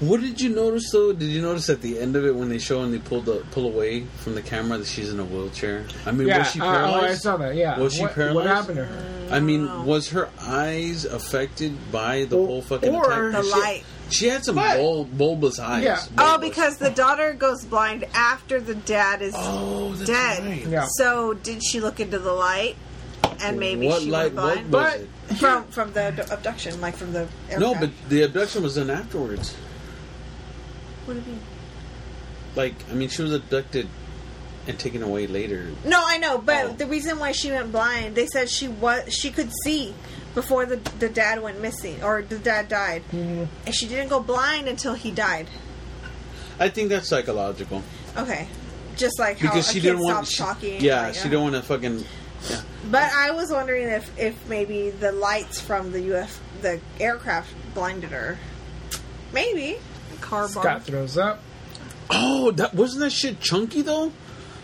C: What did you notice though? Did you notice at the end of it when they show and they pull the pull away from the camera that she's in a wheelchair? I mean,
B: Yeah.
C: was she
B: uh, oh, I
C: paralyzed?
B: saw that. Yeah.
C: Was she
B: what,
C: paralyzed?
B: What happened to her?
C: I mean, was her eyes affected by the
B: Or-
C: whole fucking
B: or-
A: The
C: attack? She-
A: light.
C: She had some
B: But-
C: bul- bulbous eyes.
B: Yeah.
A: Oh,
C: Bulbous.
A: because the daughter goes blind after the dad is
C: oh, that's
A: dead.
C: right.
B: Yeah.
A: So did she look into the light? And maybe
C: What
A: she
C: light?
A: went blind
C: What was
B: But
C: it?
A: from from the d- abduction, like from the aircraft.
C: No, but the abduction was done afterwards.
A: What do you mean?
C: Like, I mean, she was abducted and taken away later.
A: No, I know, but
C: Oh.
A: the reason why she went blind, they said she was she could see before the the dad went missing or the dad died,
C: Mm-hmm.
A: and she didn't go blind until he died.
C: I think that's psychological
A: Okay, just like how
C: because
A: a
C: she
A: kid
C: didn't want.
A: stops
C: she-
A: talking.
C: yeah,
A: like,
C: she
A: uh,
C: didn't want to fucking. Yeah.
A: But I was wondering if if maybe the lights from the UF the aircraft blinded her. Maybe. Car
B: Scott
A: bar.
B: throws up.
C: Oh, that wasn't that shit chunky though.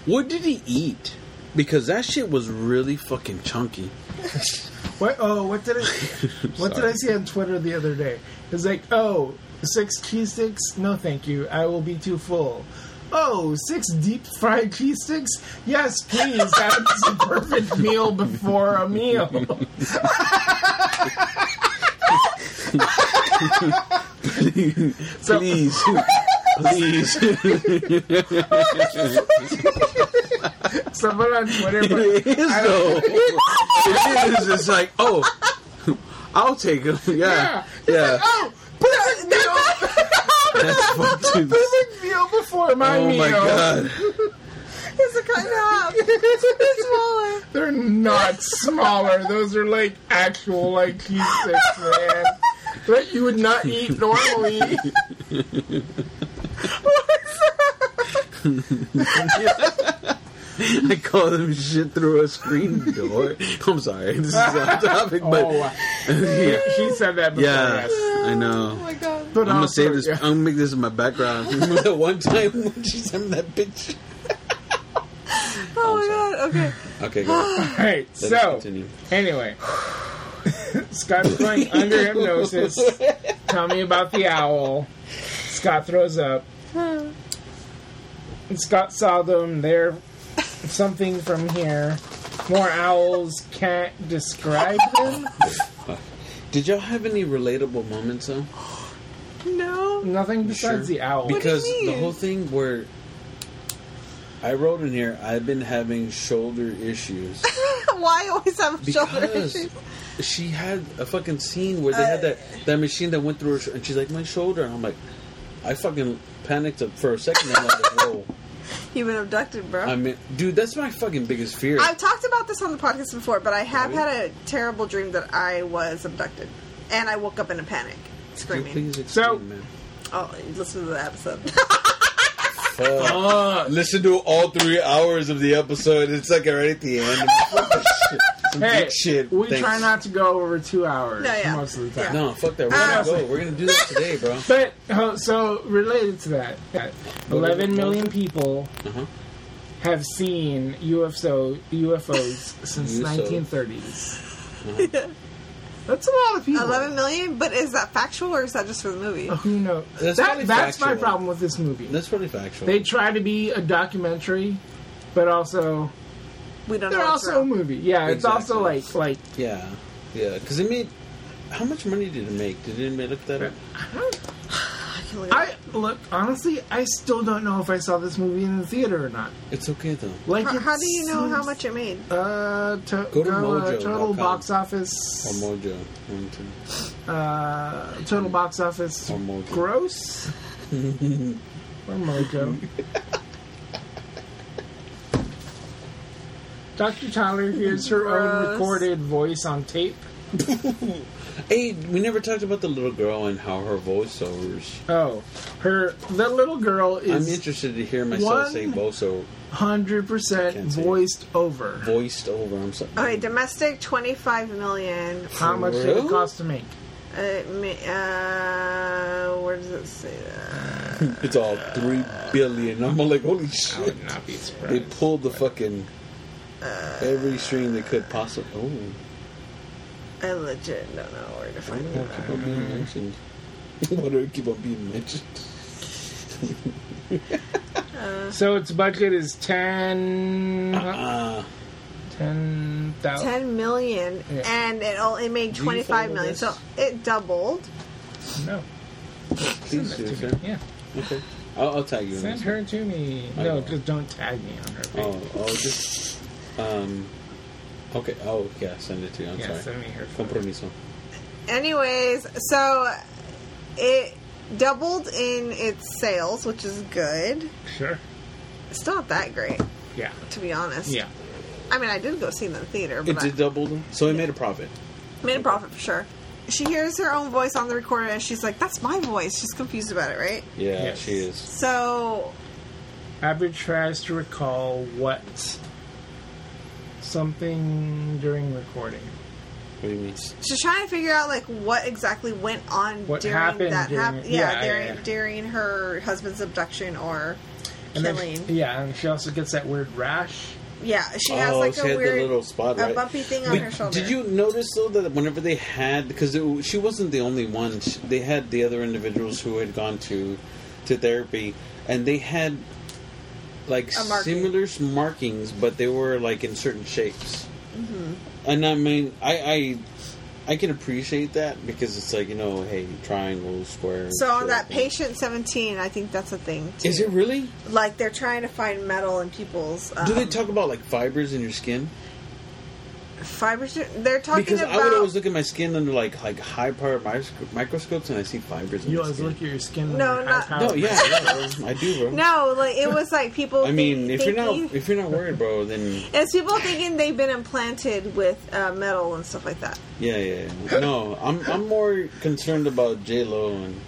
C: What did he eat? Because that shit was really fucking chunky.
B: What? Oh, what
C: [LAUGHS]
B: did I? what did I see on Twitter the other day? It's like, oh, six cheese sticks? No, thank you. I will be too full. Oh, six deep fried cheese sticks? Yes, please. That's a perfect meal before a
C: [LAUGHS]
B: meal. So-
C: [LAUGHS] please, please.
B: Someone on Twitter, but
C: it is though. it is. It's like, oh, I'll take him. Yeah, yeah.
B: oh, perfect meal,
C: That's [LAUGHS] fucking.
B: perfect meal before my
C: Oh
B: meal.
C: my god.
A: [LAUGHS] It's a cut in half. It's smaller.
B: [LAUGHS] They're not smaller. Those are like actual like cheese sticks, man. That you would not eat normally.
C: I call them shit through a screen door. I'm sorry. This is off topic, [LAUGHS] but
B: oh,
C: [LAUGHS] yeah.
B: she said that before.
C: Yeah,
B: Yes.
C: I know.
A: Oh my god.
B: But
C: I'm gonna
B: also,
C: save this.
B: yeah.
C: I'm gonna make this in my background. [LAUGHS] Remember that one time when she sent me that picture?
A: Oh my god. Okay.
C: Okay, go.
B: All
C: [LAUGHS]
B: right.
C: Let's
B: so
C: continue.
B: anyway, [LAUGHS] Scott's going under hypnosis. Tell me about the owl. Scott throws up. And Scott saw them. They're something from here. More owls can't describe them.
C: Did y'all have any relatable moments though?
A: No. [LAUGHS]
B: Nothing besides
C: Sure.
B: the owl.
C: Because
A: you
C: the
A: mean?
C: whole thing where I wrote in here, I've been having shoulder issues
A: Why always have [LAUGHS] shoulder
C: because
A: [LAUGHS] issues? Uh,
C: she had a fucking scene where they had that that machine that went through her, sh- and she's like, my shoulder, and I'm like, I fucking panicked for a second. I'm
A: [LAUGHS]
C: like, whoa.
A: You've been abducted, bro.
C: I mean, dude, that's my fucking biggest fear.
A: I've talked about this on the podcast before, but I have
C: Have you?
A: had a terrible dream that I was abducted, and I woke up in a panic,
C: Could you
A: screaming.
C: please explain,
B: So-
C: man.
A: Oh, listen to the episode. [LAUGHS]
C: Uh, listen to all three hours of the episode. It's like right at the end.
B: [LAUGHS]
C: Fuck this shit. Some
B: Hey,
C: good shit.
B: we
C: Thanks.
B: try not to go over two hours
A: No, yeah.
B: most of the time.
C: No, fuck that. We're gonna
B: Ah.
C: go. We're gonna do this today, bro.
B: But oh, so related to that, that eleven million people
C: Uh-huh.
B: have seen UFO UFOs since
C: USO.
B: 1930s.
C: Uh-huh.
B: [LAUGHS] That's a lot of people.
A: Eleven million, but is that factual or is that just for the movie?
B: Who knows?
C: That's
B: that,
C: probably
B: that's my
C: factual.
B: problem with this movie.
C: That's probably factual.
B: they try to be a documentary, but also
A: We don't
B: they're
A: know. what's
B: also a
A: real.
B: movie. Yeah, it's also like
C: Exactly.
B: like
C: yeah, yeah. Because it made. How much money did it make? Did anybody look that up?
A: I can't believe it.
B: I look honestly. I still don't know if I saw this movie in the theater or not.
C: It's okay though.
B: Like,
A: How,
B: it
A: how do you know how
B: seems-
A: much it made?
B: Uh, to,
C: Go
B: go,
C: to
B: uh,
C: mojo.com.
B: total box
C: Or
B: office.
C: Mojo. One, two.
B: Uh, total box office.
C: Or Mojo. [LAUGHS]
B: Gross. or mojo. Dr. Tyler hears her own
A: Gross.
B: recorded voice on tape.
C: Hey, we never talked about the little girl and how her voiceovers.
B: Oh, her the little girl
C: I'm
B: is
C: interested to hear myself
B: One-
C: say voiceover.
B: hundred percent
C: Can't say it.
B: voiced over.
C: Voiced over. I'm sorry.
A: Okay, domestic twenty-five million.
B: How much did it
C: Really?
B: cost to make?
A: Uh, mi- uh, where does it say that?
C: It's all three billion. I'm like, holy
B: I
C: shit!
B: would not be surprised.
C: They pulled the fucking every string they could possibly. Oh,
A: I legit don't know where to
C: why
A: find
C: do I
A: it.
C: keep on being mentioned? [LAUGHS] Why do I keep on being mentioned?
B: So its budget is ten uh,
C: Ah,
B: ten thousand.
A: Ten million,
B: Yeah.
A: and it only made
C: Do you
A: twenty-five
C: follow
A: million,
C: this?
A: so it doubled.
B: No.
C: please do, sir.
B: Yeah.
C: Okay, I'll, I'll tag you. in
B: Send
C: this.
B: her to me.
C: I
B: No,
C: will.
B: just don't tag me on her page.
C: Oh, I'll just. Um. Okay. Oh, yeah. Send it to you. I'm
B: yeah,
C: sorry.
B: send me her. photo.
C: Compromiso.
A: Anyways, so it doubled in its sales, which is good.
B: Sure.
A: It's not that great,
B: Yeah.
A: to be honest.
B: Yeah.
A: I mean, I did go see it in the theater,
C: It
A: but
C: did double them, so it made a profit.
A: I made a profit for sure. She hears her own voice on the recorder, and she's like, "That's my voice." She's confused about it, right?
C: Yeah,
B: Yes.
C: she is.
A: So
B: Abbott tries to recall what something during recording.
C: What do you mean?
A: She's trying to figure out like what exactly went on
B: What
A: during
B: happened
A: that
B: during
A: hap-
B: it.
A: yeah,
B: Yeah,
A: during
B: yeah, yeah.
A: during her husband's abduction or
B: And then,
A: killing.
B: yeah, and she also gets that weird rash.
A: yeah, she has like
C: Oh, she
A: a
C: had
A: weird
C: the little spot,
A: a
C: right?
A: bumpy thing on
C: But
A: her shoulder.
C: Did you notice though that whenever they had, because it, w- she wasn't the only one, sh they had the other individuals who had gone to to therapy, and they had like
A: A marking.
C: similar s- markings, but they were like in certain shapes.
A: Mm-hmm.
C: And I mean, I, I I can appreciate that because it's like you know, hey, triangle, square.
A: So on that
C: circle.
A: patient seventeen, I think that's a thing. Too.
C: is it really?
A: like they're trying to find metal in people's um,
C: Do they talk about like fibers in your skin?
A: fibers? They're talking
C: Because
A: about
C: I would always look at my skin under like like high power microsc- microscopes and I see fibers. In
B: You
C: my
B: always
C: skin.
B: look at your skin.
A: No,
B: with your
A: not-
B: high-powered
C: No,
A: [LAUGHS]
C: yeah, yeah, I do, bro.
A: no, like it was like people.
C: [LAUGHS] I mean,
A: think-
C: if you're not
A: thinking-
C: if you're not worried, bro, then
A: it's people thinking they've been implanted with uh, metal and stuff like that.
C: yeah, yeah. yeah. No, I'm I'm more concerned about J Lo and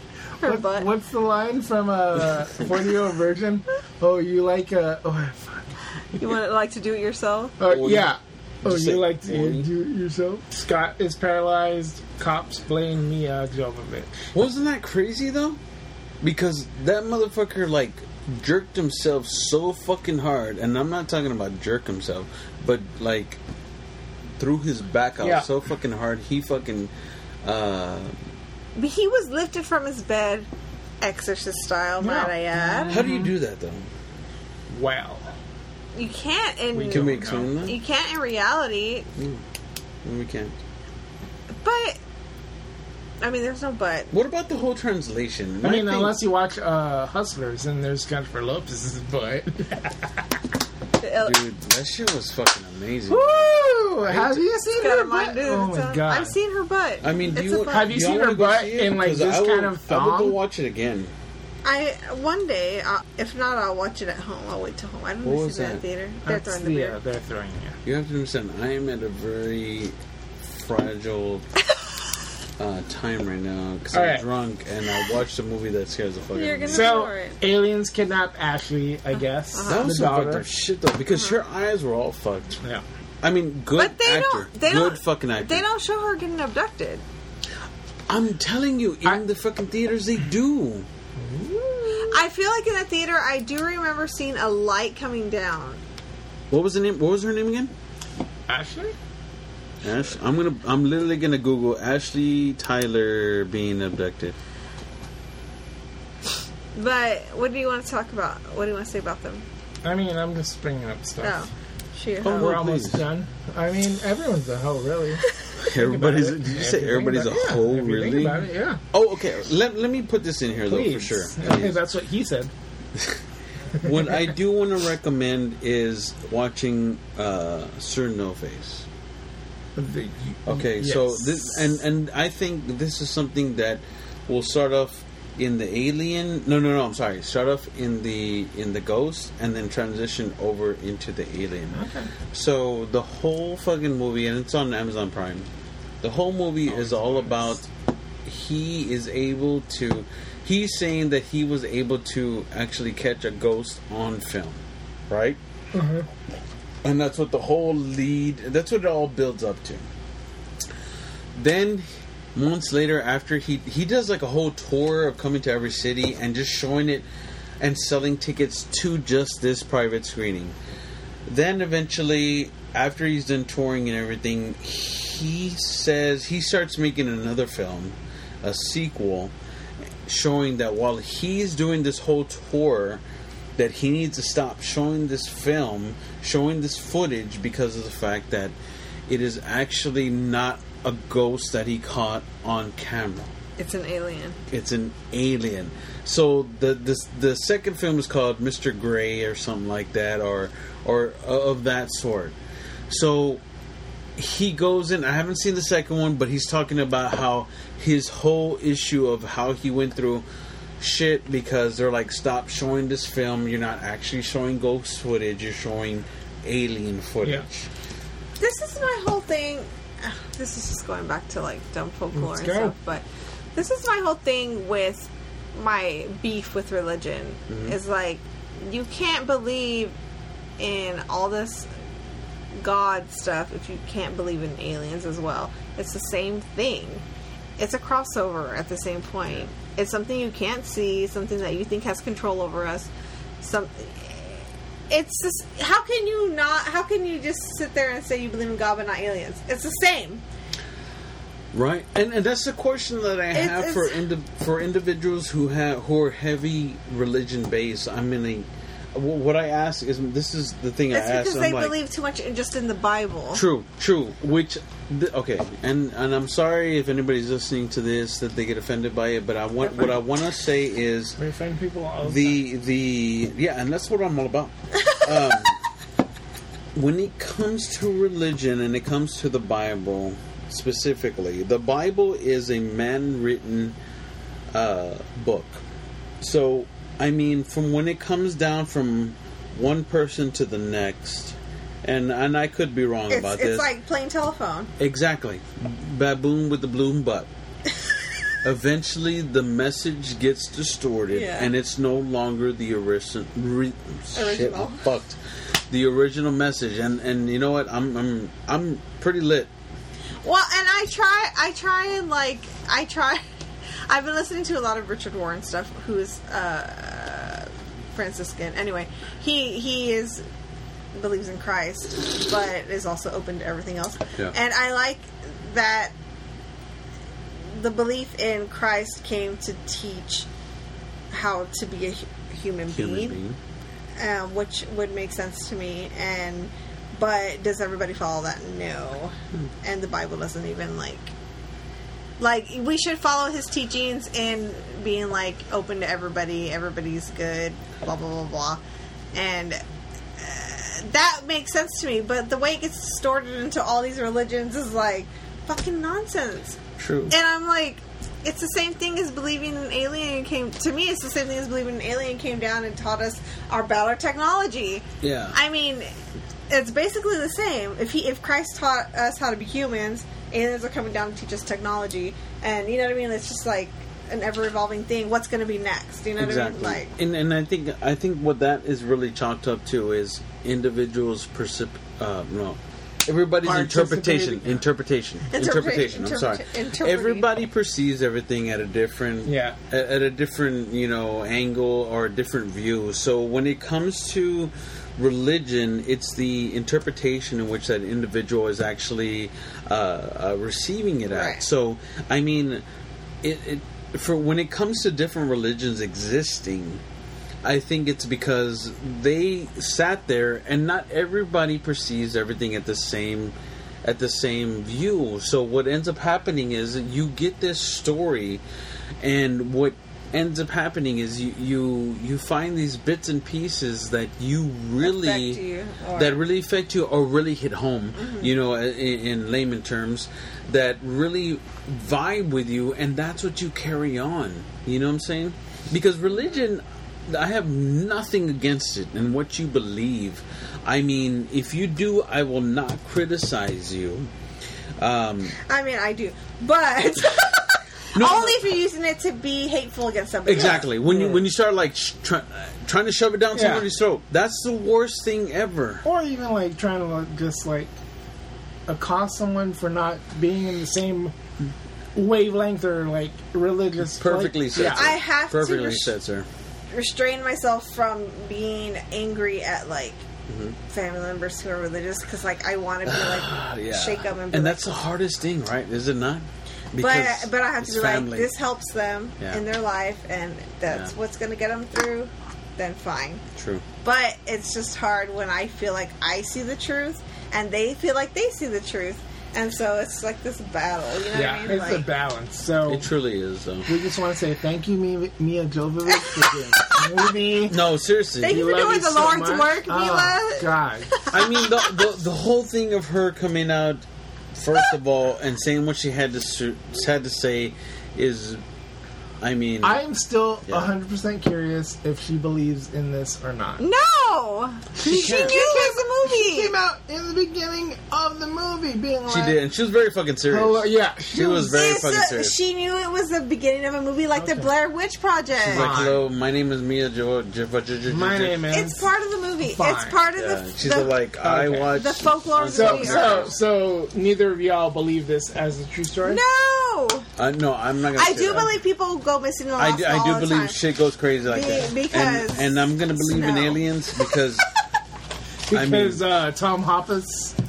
A: Her
B: What-
A: butt.
B: What's the line from [LAUGHS] uh, 40 year old virgin? Oh, you like uh, oh, [LAUGHS] fuck.
A: You want to like to do it yourself?
B: Uh,
C: Or-
B: yeah. Oh,
C: just
B: you
C: say
B: like to
C: or.
B: do it yourself? Scott is paralyzed. Cops blame Mia Jovovich.
C: wasn't that crazy though? Because that motherfucker like jerked himself so fucking hard, and I'm not talking about jerk himself, but like threw his back out
B: Yeah.
C: so fucking hard, he fucking. Uh,
A: But He was lifted from his bed, exorcist style, might I add.
C: how do you do that though?
B: Wow.
A: You can't
B: We
A: in
C: Can we
B: don't
C: explain
B: know.
C: that?
A: you can't in reality,
C: No, we can't.
A: but I mean, there's no but.
C: What about the whole translation?
B: I
C: My
B: mean,
C: thing-
B: unless you watch uh, Hustlers, and there's Jennifer [LAUGHS] Lopez's butt.
A: The L-
C: Dude, that shit was fucking amazing.
B: Woo! Have you seen
A: got
B: her
A: a mind
B: butt?
A: to
B: Oh
A: its
B: my
A: own-
B: god!
A: I've seen her butt.
C: I mean, do
A: It's
C: you,
A: a butt.
B: Have you
C: do
B: seen
C: wanna
B: her
C: go
B: butt
C: see it?
B: in, like,
C: 'Cause
B: this
C: I will-
B: kind of
C: I will
B: thong?
C: go watch it again.
A: I one day, uh, if not, I'll watch it at home. I'll wait till home. I don't
C: What
A: want to
C: was
A: see that in
C: that?
A: theater. They're
B: That's
A: throwing the
B: the,
A: beer.
B: uh, they're throwing you.
C: You have to understand, I am at a very
A: [LAUGHS]
C: fragile uh, time right now because I'm
B: Alright.
C: drunk and I watched a movie that scares the fuck
A: You're
C: out of me.
A: gonna- Ignore it.
B: So aliens kidnap Ashley,
A: Uh-huh.
B: I guess.
C: That was
B: the
C: some fucked
B: daughter.
C: up shit though, because her eyes were all fucked.
B: Yeah.
C: I mean, good
A: But they
C: actor,
A: don't. They
C: good
A: don't.
C: fucking actor.
A: They don't show her getting abducted.
C: I'm telling you, in
B: I-
C: the fucking theaters they do.
A: I feel like in the theater, I do remember seeing a light coming down.
C: What was the name? What was her name again?
B: Ashley.
C: Ash, I'm gonna, I'm literally gonna Google Ashley Tyler being abducted.
A: But what do you want to talk about? What do you want to say about them?
B: I mean, I'm just bringing up stuff.
A: Oh, she.
C: Oh,
B: We're
C: no,
B: almost
C: please.
B: done. I mean, everyone's a hoe, really.
C: Everybody's.
B: If
C: Did you
B: you
C: say
B: think
C: everybody's a
B: about- yeah,
C: hoe?
B: if you think
C: Really?
B: about it, yeah.
C: Oh, okay. Let, let me put this in here though
B: Please.
C: for sure.
B: [LAUGHS] Okay, that's what he said.
C: what I do want to recommend is watching uh, Sir No Face.
B: The-
C: Okay, so
B: yes.
C: this and and I think this is something that will start off in the alien. No, no, no. I'm sorry. Start off in the in the ghost, and then transition over into the alien.
B: Okay.
C: So the whole fucking movie, and it's on Amazon Prime. The whole movie
B: Oh,
C: is all about he is able to. He's saying that he was able to actually catch a ghost on film, right?
B: Mm-hmm.
C: And that's what the whole lead. That's what it all builds up to. Then, months later, after he he does like a whole tour of coming to every city and just showing it and selling tickets to just this private screening. Then eventually, after he's done touring and everything, he says he starts making another film, a sequel, showing that while he's doing this whole tour, that he needs to stop showing this film, showing this footage because of the fact that it is actually not a ghost that he caught on camera
A: It's an alien.
C: it's an alien. So the the the second film is called Mr. Gray or something like that, or or uh, of that sort. So he goes in. I haven't seen the second one, but he's talking about how his whole issue of how he went through shit because they're like, stop showing this film. You're not actually showing ghost footage. You're showing alien footage.
A: This is my whole thing. [SIGHS] Ugh, This is just going back to like dumb folklore
B: Let's
A: and
B: go.
A: stuff. But this is my whole thing with my beef with religion.
B: Mm-hmm.
A: Is like you can't believe in all this God stuff if you can't believe in aliens as well. It's the same thing. It's a crossover at the same point. It's something you can't see, something that you think has control over us. Some it's just how can you not how can you just sit there and say you believe in God but not aliens? It's the same.
C: Right, and and that's the question that I
A: It's-
C: have
A: it's-
C: for indi- for individuals who have who are heavy religion based. I mean, they- wh- what I ask is this is the thing
A: It's
C: I ask.
A: because
C: I'm
A: they
C: like,
A: believe too much in just in the Bible.
C: True, true. Which, th- okay, and and I'm sorry if anybody's listening to this that they get offended by it, but
A: [LAUGHS]
C: I want what I want to say is
B: We offend people
A: Oh,
B: all the, time.
C: the the yeah, and that's what I'm
A: [LAUGHS]
C: all about. Um, when it comes to religion and it comes to the Bible specifically, the Bible is a man-written uh, book. So, I mean, from when it comes down from one person to the next, and and I could be wrong
A: It's,
C: about
A: it's
C: this.
A: like playing telephone.
C: Exactly. Baboon with the
A: [LAUGHS]
C: bloom butt. Eventually, the message gets distorted,
A: Yeah.
C: and it's no longer the orisi- ri- Shit,
A: Original.
C: I'm fucked. The original message, and and you know what? I'm I'm I'm pretty lit.
A: Well, and I try, I try and like, I try. [LAUGHS] I've been listening to a lot of Richard Warren stuff, who is uh, Franciscan. Anyway, he he is believes in Christ, but is also open to everything else.
C: Yeah.
A: And I like that the belief in Christ came to teach how to be a hu- human,
C: Human being.
A: uh, which would make sense to me. And but does everybody follow that? No, and the Bible doesn't even like like we should follow his teachings in being like open to everybody. Everybody's good. Blah blah blah blah, and. uh, That makes sense to me, but the way it gets distorted into all these religions is like fucking nonsense.
B: True.
A: And I'm like, it's the same thing as believing an alien came. To me, it's the same thing as believing an alien came down and taught us our battle technology.
C: Yeah.
A: I mean, it's basically the same. If he, if Christ taught us how to be humans, aliens are coming down to teach us technology, and you know what I mean. It's just like an ever evolving thing. What's going to be next? You know what
C: exactly.
A: I mean? Like,
C: and and I think I think what that is really chalked up to is individuals' percip- uh, no. Everybody's interpretation,
B: Participating.
C: interpretation,
A: Interpretation,
C: interpretation. I'm sorry.
A: interpreta- interpreting.
C: Everybody perceives everything at a different,
B: Yeah.
C: at, at a different, you know, angle or a different view. So when it comes to religion, it's the interpretation in which that individual is actually uh, uh, receiving it at.
A: Right.
C: So I mean, it, it for when it comes to different religions existing, I think it's because they sat there and not everybody perceives everything at the same at the same view. So what ends up happening is you get this story and what ends up happening is you you, you find these bits and pieces that you really
A: Affect you, or-
C: that really affect you or really hit home,
A: Mm-hmm.
C: you know, in, in layman terms, that really vibe with you, and that's what you carry on. You know what I'm saying? Because religion, I have nothing against it and what you believe. I mean, if you do, I will not criticize you. Um,
A: I mean, I do, but [LAUGHS]
C: No,
A: only
C: no.
A: if you're using it to be hateful against somebody. else.
C: exactly. When you when you start like sh- try, trying to shove it down
B: Yeah.
C: somebody's throat, that's the worst thing ever.
B: or even like trying to like, just like accost someone for not being in the same wavelength or like religious.
C: Perfectly
B: like,
C: said.
B: yeah.
C: sir.
A: I have to
C: perfectly
A: res-
C: said, sir.
A: restrain myself from being angry at like
C: Mm-hmm.
A: family members who are religious because like I want to be
C: Ah,
A: like
C: [SIGHS] yeah.
A: shake them and be
C: and
A: like,
C: that's the hardest thing, right? Is it not?
A: but but I have to
C: it's
A: be like this helps them
C: Yeah.
A: in their life and that's
C: Yeah.
A: what's gonna get them through. Then fine,
C: True.
A: but it's just hard when I feel like I see the truth and they feel like they see the truth, and so it's like this battle. You know
B: Yeah,
A: what I mean?
B: it's
A: like,
B: a balance. So
C: It truly is, though.
B: we just want to say thank you, Mia, Mia Jovovich,
A: [LAUGHS]
B: for this movie.
C: No, seriously.
A: Thank
B: We
A: you for
B: love
A: doing
B: you
A: the
B: so
A: Lord's
B: much.
A: work,
B: Oh,
A: Mila.
B: God.
C: I mean, the, the the whole thing of her coming out, first of all, and saying what she had to su- had to say, is I mean,
B: I'm still
C: Yeah.
B: 100% curious if she believes in this or not.
A: No, she, knew
C: can't.
A: it
B: Came
A: was
B: out in the beginning of the movie being like.
C: she did, and she was very fucking serious.
B: Hello, yeah.
C: She was
A: a
C: very
A: movie.
C: fucking
A: It's a-
C: serious.
A: she knew it was the beginning of a movie like the
B: Okay.
A: Blair Witch Project.
C: She's like, hello, my name is Mia Jo. Jo- Jo- Jo- Jo-
B: My
C: Jo-
B: name is.
A: it's part of the movie.
B: Fine.
A: It's part of
C: Yeah,
A: the.
C: she's
A: the-
C: like, I
B: Okay.
C: watch
A: The folklore of the
B: So,
A: movie.
B: so, so neither of y'all believe this as a true story?
A: No,
C: Uh, no, I'm not gonna.
A: I
C: say
A: do
C: that.
A: believe people go missing in the
C: I
A: last
C: do,
A: all
C: I do
A: the
C: believe
A: time.
C: shit goes crazy like
A: Be-
C: that.
A: because
C: and, and I'm gonna believe in
A: snow. [LAUGHS]
C: aliens because I
B: Because
C: mean-
B: uh, Tom Hoppus.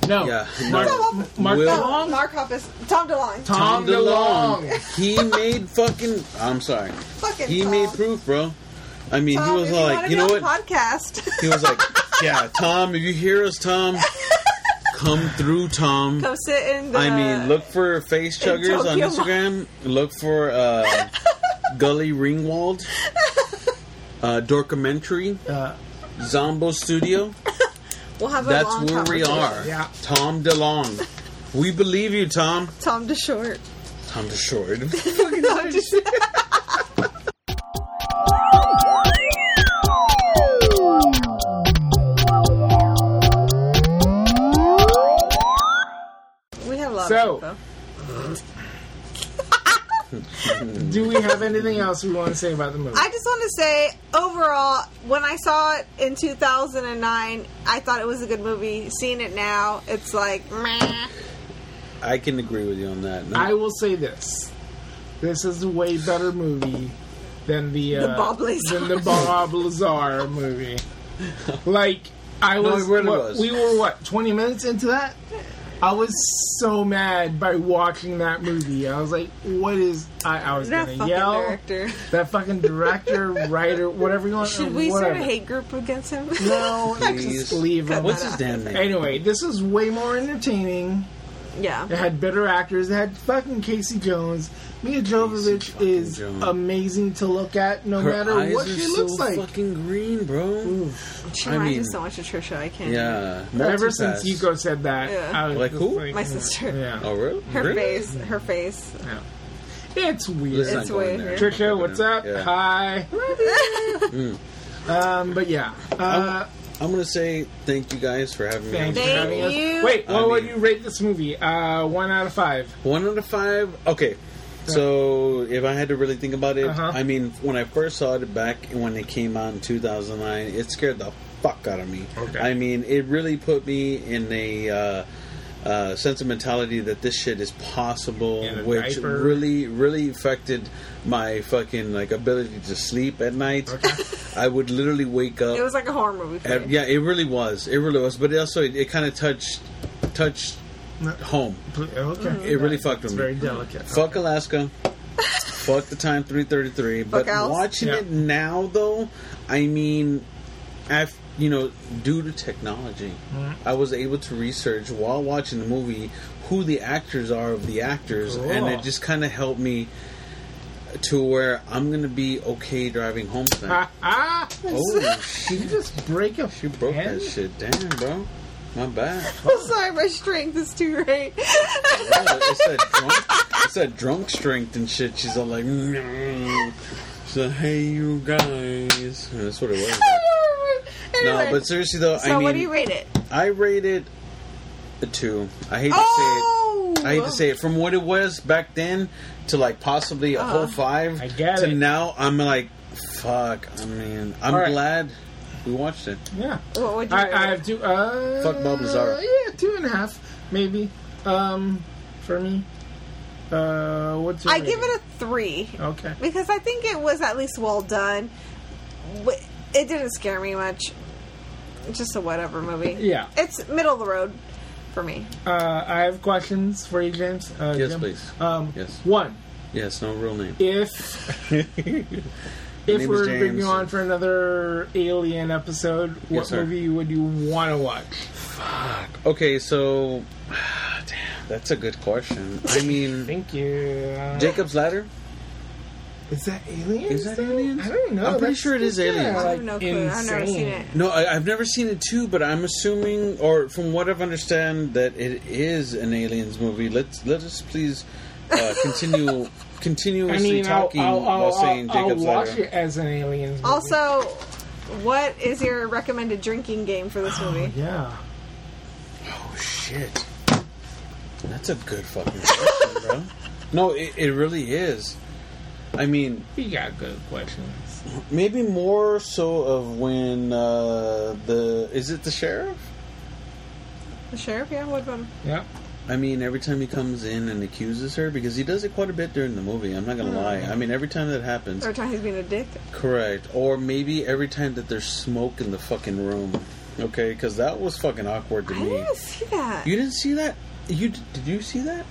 B: No.
C: Yeah, no.
B: Mark,
A: Tom
B: Mark
C: Will-
A: No,
B: DeLong?
A: Mark Hoppus, Tom DeLong,
B: Tom, DeLong.
C: he made fucking. I'm sorry.
A: fucking
C: He
A: Tom.
C: made proof, bro. I mean,
A: Tom,
C: he was
A: if
C: like, you know
A: wanna be
C: what?
A: on the Podcast. [LAUGHS]
C: He was like, yeah, Tom. If you hear us, Tom, come through, Tom.
A: Come sit in the.
C: I mean, look for face
A: in
C: chuggers on
A: Tokyo
C: Instagram. Look
A: [LAUGHS]
C: for uh, Gully Ringwald, uh, Dorkamentary,
B: Uh,
C: Zombo Studio.
A: We'll have a
C: That's
A: long
C: where we
A: conversation.
C: are.
B: Yeah.
C: Tom DeLong. We believe you, Tom.
A: Tom DeShort.
C: Tom DeShort.
A: Tom DeShort. we have a lot
B: So-
A: of info.
B: do we have anything else we want to say about the movie?
A: I just want to say, overall, when I saw it in 2009, I thought it was a good movie. Seeing it now, it's like, meh.
C: I can agree with you on that. No,
B: I will say this: this is a way better movie than the, uh,
A: Bob Lazar.
B: than the Bob Lazar movie. Like I was,
C: it really
B: what-
C: was.
B: we were what twenty minutes into that. I was so mad by watching that movie. I was like, "What is?" I, I was
A: That
B: gonna
A: fucking
B: yell.
A: director.
B: That fucking director, writer, whatever you want.
A: Should we
B: whatever.
A: start a hate group against [LAUGHS] him?
B: No,
C: Please.
B: just leave him.
C: What's his damn name?
B: Anyway, this is way more entertaining.
A: yeah.
B: It had better actors. It had fucking Casey Jones. Mia Jovovich
C: fucking
B: is
C: Jones.
B: amazing to look at, no
C: Her
B: matter
C: eyes
B: what
C: are
B: she
C: so
B: looks like.
C: fucking green, bro.
A: She
C: I
A: reminds me
C: mean-
A: so much of Trisha. I can't.
C: Yeah.
B: Ever
C: Multitask.
B: since Yuko said that,
A: Yeah.
B: I was
C: Like
B: just "Hmm."
C: who?
A: My sister.
B: Yeah,
C: Oh, really?
A: Her
C: Really?
A: face. Her face.
B: yeah. it's weird.
C: Let's not
A: It's
C: go in
A: way
C: there.
A: weird.
B: Trisha, what's up?
C: Yeah.
A: [LAUGHS]
C: Hmm.
B: Hi. um, but yeah, uh,
C: I'm gonna say thank you guys for having me.
B: thanks
A: Thank
B: for having us.
A: you.
B: Wait,
C: I
B: what would
C: mean-
B: you rate this movie? Uh, one out of five.
C: One out of five. Okay. So if I had to really think about it,
B: Uh-huh.
C: I mean, when I first saw it back when it came out in 2009, it scared the fuck out of me.
B: Okay.
C: I mean, it really put me in a uh, uh, sense of mentality that this shit is possible,
B: In a
C: which
B: diaper.
C: really, really affected my fucking like ability to sleep at night. I would literally wake up.
A: It was like a horror movie. For
C: Ev-
A: me.
C: yeah, it really was. It really was. But it also, it, it kind of touched touched home.
A: Mm-hmm.
B: Okay,
C: It really fucked with
B: It's
C: me.
B: very delicate.
C: Fuck Alaska. Fuck the time 333. But
A: Fuck Alice.
C: watching
B: Yeah.
C: it now, though, I mean, af you know, due to technology,
B: Mm-hmm.
C: I was able to research while watching the movie who the actors are of the actors, and
B: Cool.
C: it just kind of helped me to where I'm gonna be okay driving home tonight.
B: Ah, ah, [LAUGHS]
C: oh, she,
B: you just break up.
C: she broke that shit. Damn, bro. My bad.
A: I'm [LAUGHS] sorry, my strength is too great. [LAUGHS]
C: Oh, it's that drunk, it's that drunk strength and shit. She's all like, no. She's like, hey, you guys. And that's what
A: [LAUGHS]
C: it was.
A: Anyway.
C: No, but seriously though,
A: so
C: I mean,
A: what do you rate it?
C: I rated a two. I hate to
A: Oh,
C: say it. I hate to say it. From what it was back then to like possibly a
A: Uh-huh.
C: whole five
B: I get
C: to
B: it.
C: now, I'm like, fuck. I mean, I'm
B: All right.
C: glad we watched it.
B: Yeah.
A: What would you
B: I,
A: rate
B: I
A: it?
B: have two. Uh,
C: Fuck Bob Lazar.
B: Yeah, two and a half, maybe. Um, for me. Uh, what's your
A: I give it a three
B: a okay.
A: because I think it was at least well done. But It didn't scare me much. It's Just a whatever movie.
B: Yeah.
A: it's middle of the road for me.
B: Uh, I have questions for you, James. Uh,
C: Yes,
B: Jim.
C: please.
B: Um,
C: Yes.
B: One,
C: Yes, no real name.
B: if
C: [LAUGHS]
B: if
C: is
B: we're
C: James.
B: bringing you on for another Alien episode, what
C: Yes, sir.
B: movie would you want to watch?
C: Okay, so. [SIGHS] Damn, that's a good question. I mean.
B: Thank you.
C: Jacob's Ladder?
B: Is that Alien?
C: Is that Aliens?
B: I don't know.
C: I'm pretty
B: That's-
C: sure it is
B: yeah,
C: Aliens.
A: I
B: like,
A: have no clue. I've never
B: insane.
A: seen it.
C: No, I, I've never seen it too, but I'm assuming, or from what I've understand, that it is an Aliens movie. Let's let us please
B: [LAUGHS]
C: uh, continue
B: I
C: continuously
B: mean, I'll,
C: talking
B: I'll,
C: while
B: I'll,
C: saying
B: I'll, I'll
C: Jacob's
B: watch
C: Ladder.
B: it as an aliens. movie.
A: Also, what is your recommended drinking game for this movie?
B: yeah.
C: Oh shit, that's a good fucking question, bro. No, it, it really is. I mean,
B: You got good questions.
C: maybe more so of when uh, the is it the sheriff?
A: The sheriff, yeah, what about him?
B: Yep.
C: I mean, every time he comes in and accuses her, because he does it quite a bit during the movie. I'm not gonna
A: Mm.
C: lie. I mean, every time that happens,
A: Every time he's being a dick.
C: correct. Or maybe every time that there's smoke in the fucking room. Okay, because that was fucking awkward to
A: I
C: me.
A: didn't see that.
C: You didn't see that? You did you see that,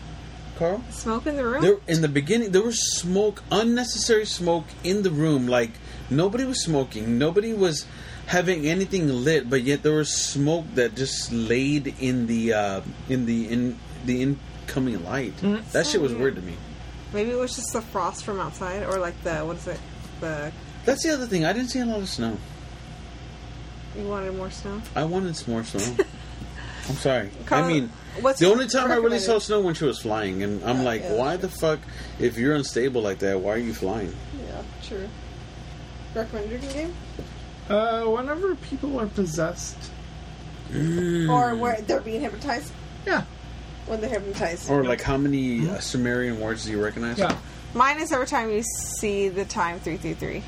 C: Carl?
A: Smoke in the room?
C: There in the beginning, there was smoke, unnecessary smoke in the room. Like nobody was smoking, nobody was having anything lit, but yet there was smoke that just laid in the uh, in the in the incoming light.
A: Mm.
C: That shit was weird to me.
A: Maybe it was just the frost from outside, or like the, what is it? The,
C: That's the other thing. I didn't see a lot of snow.
A: you wanted more snow?
C: I wanted some
A: [LAUGHS]
C: more snow. I'm sorry.
A: Carl,
C: I mean,
A: what's
C: the only time I really
A: recommended?
C: saw snow when she was flying, and I'm like,
A: yeah,
C: why the fuck? If you're unstable like that, why are you flying?
A: Yeah, true. Recommended drinking game?
B: Uh, whenever people are possessed,
C: Hmm.
A: Or where they're being hypnotized?
B: yeah,
A: When they're hypnotized.
C: Or like, how many
A: Mm-hmm.
C: uh, Sumerian words do you recognize?
B: yeah,
A: Mine is every time you see the time 333.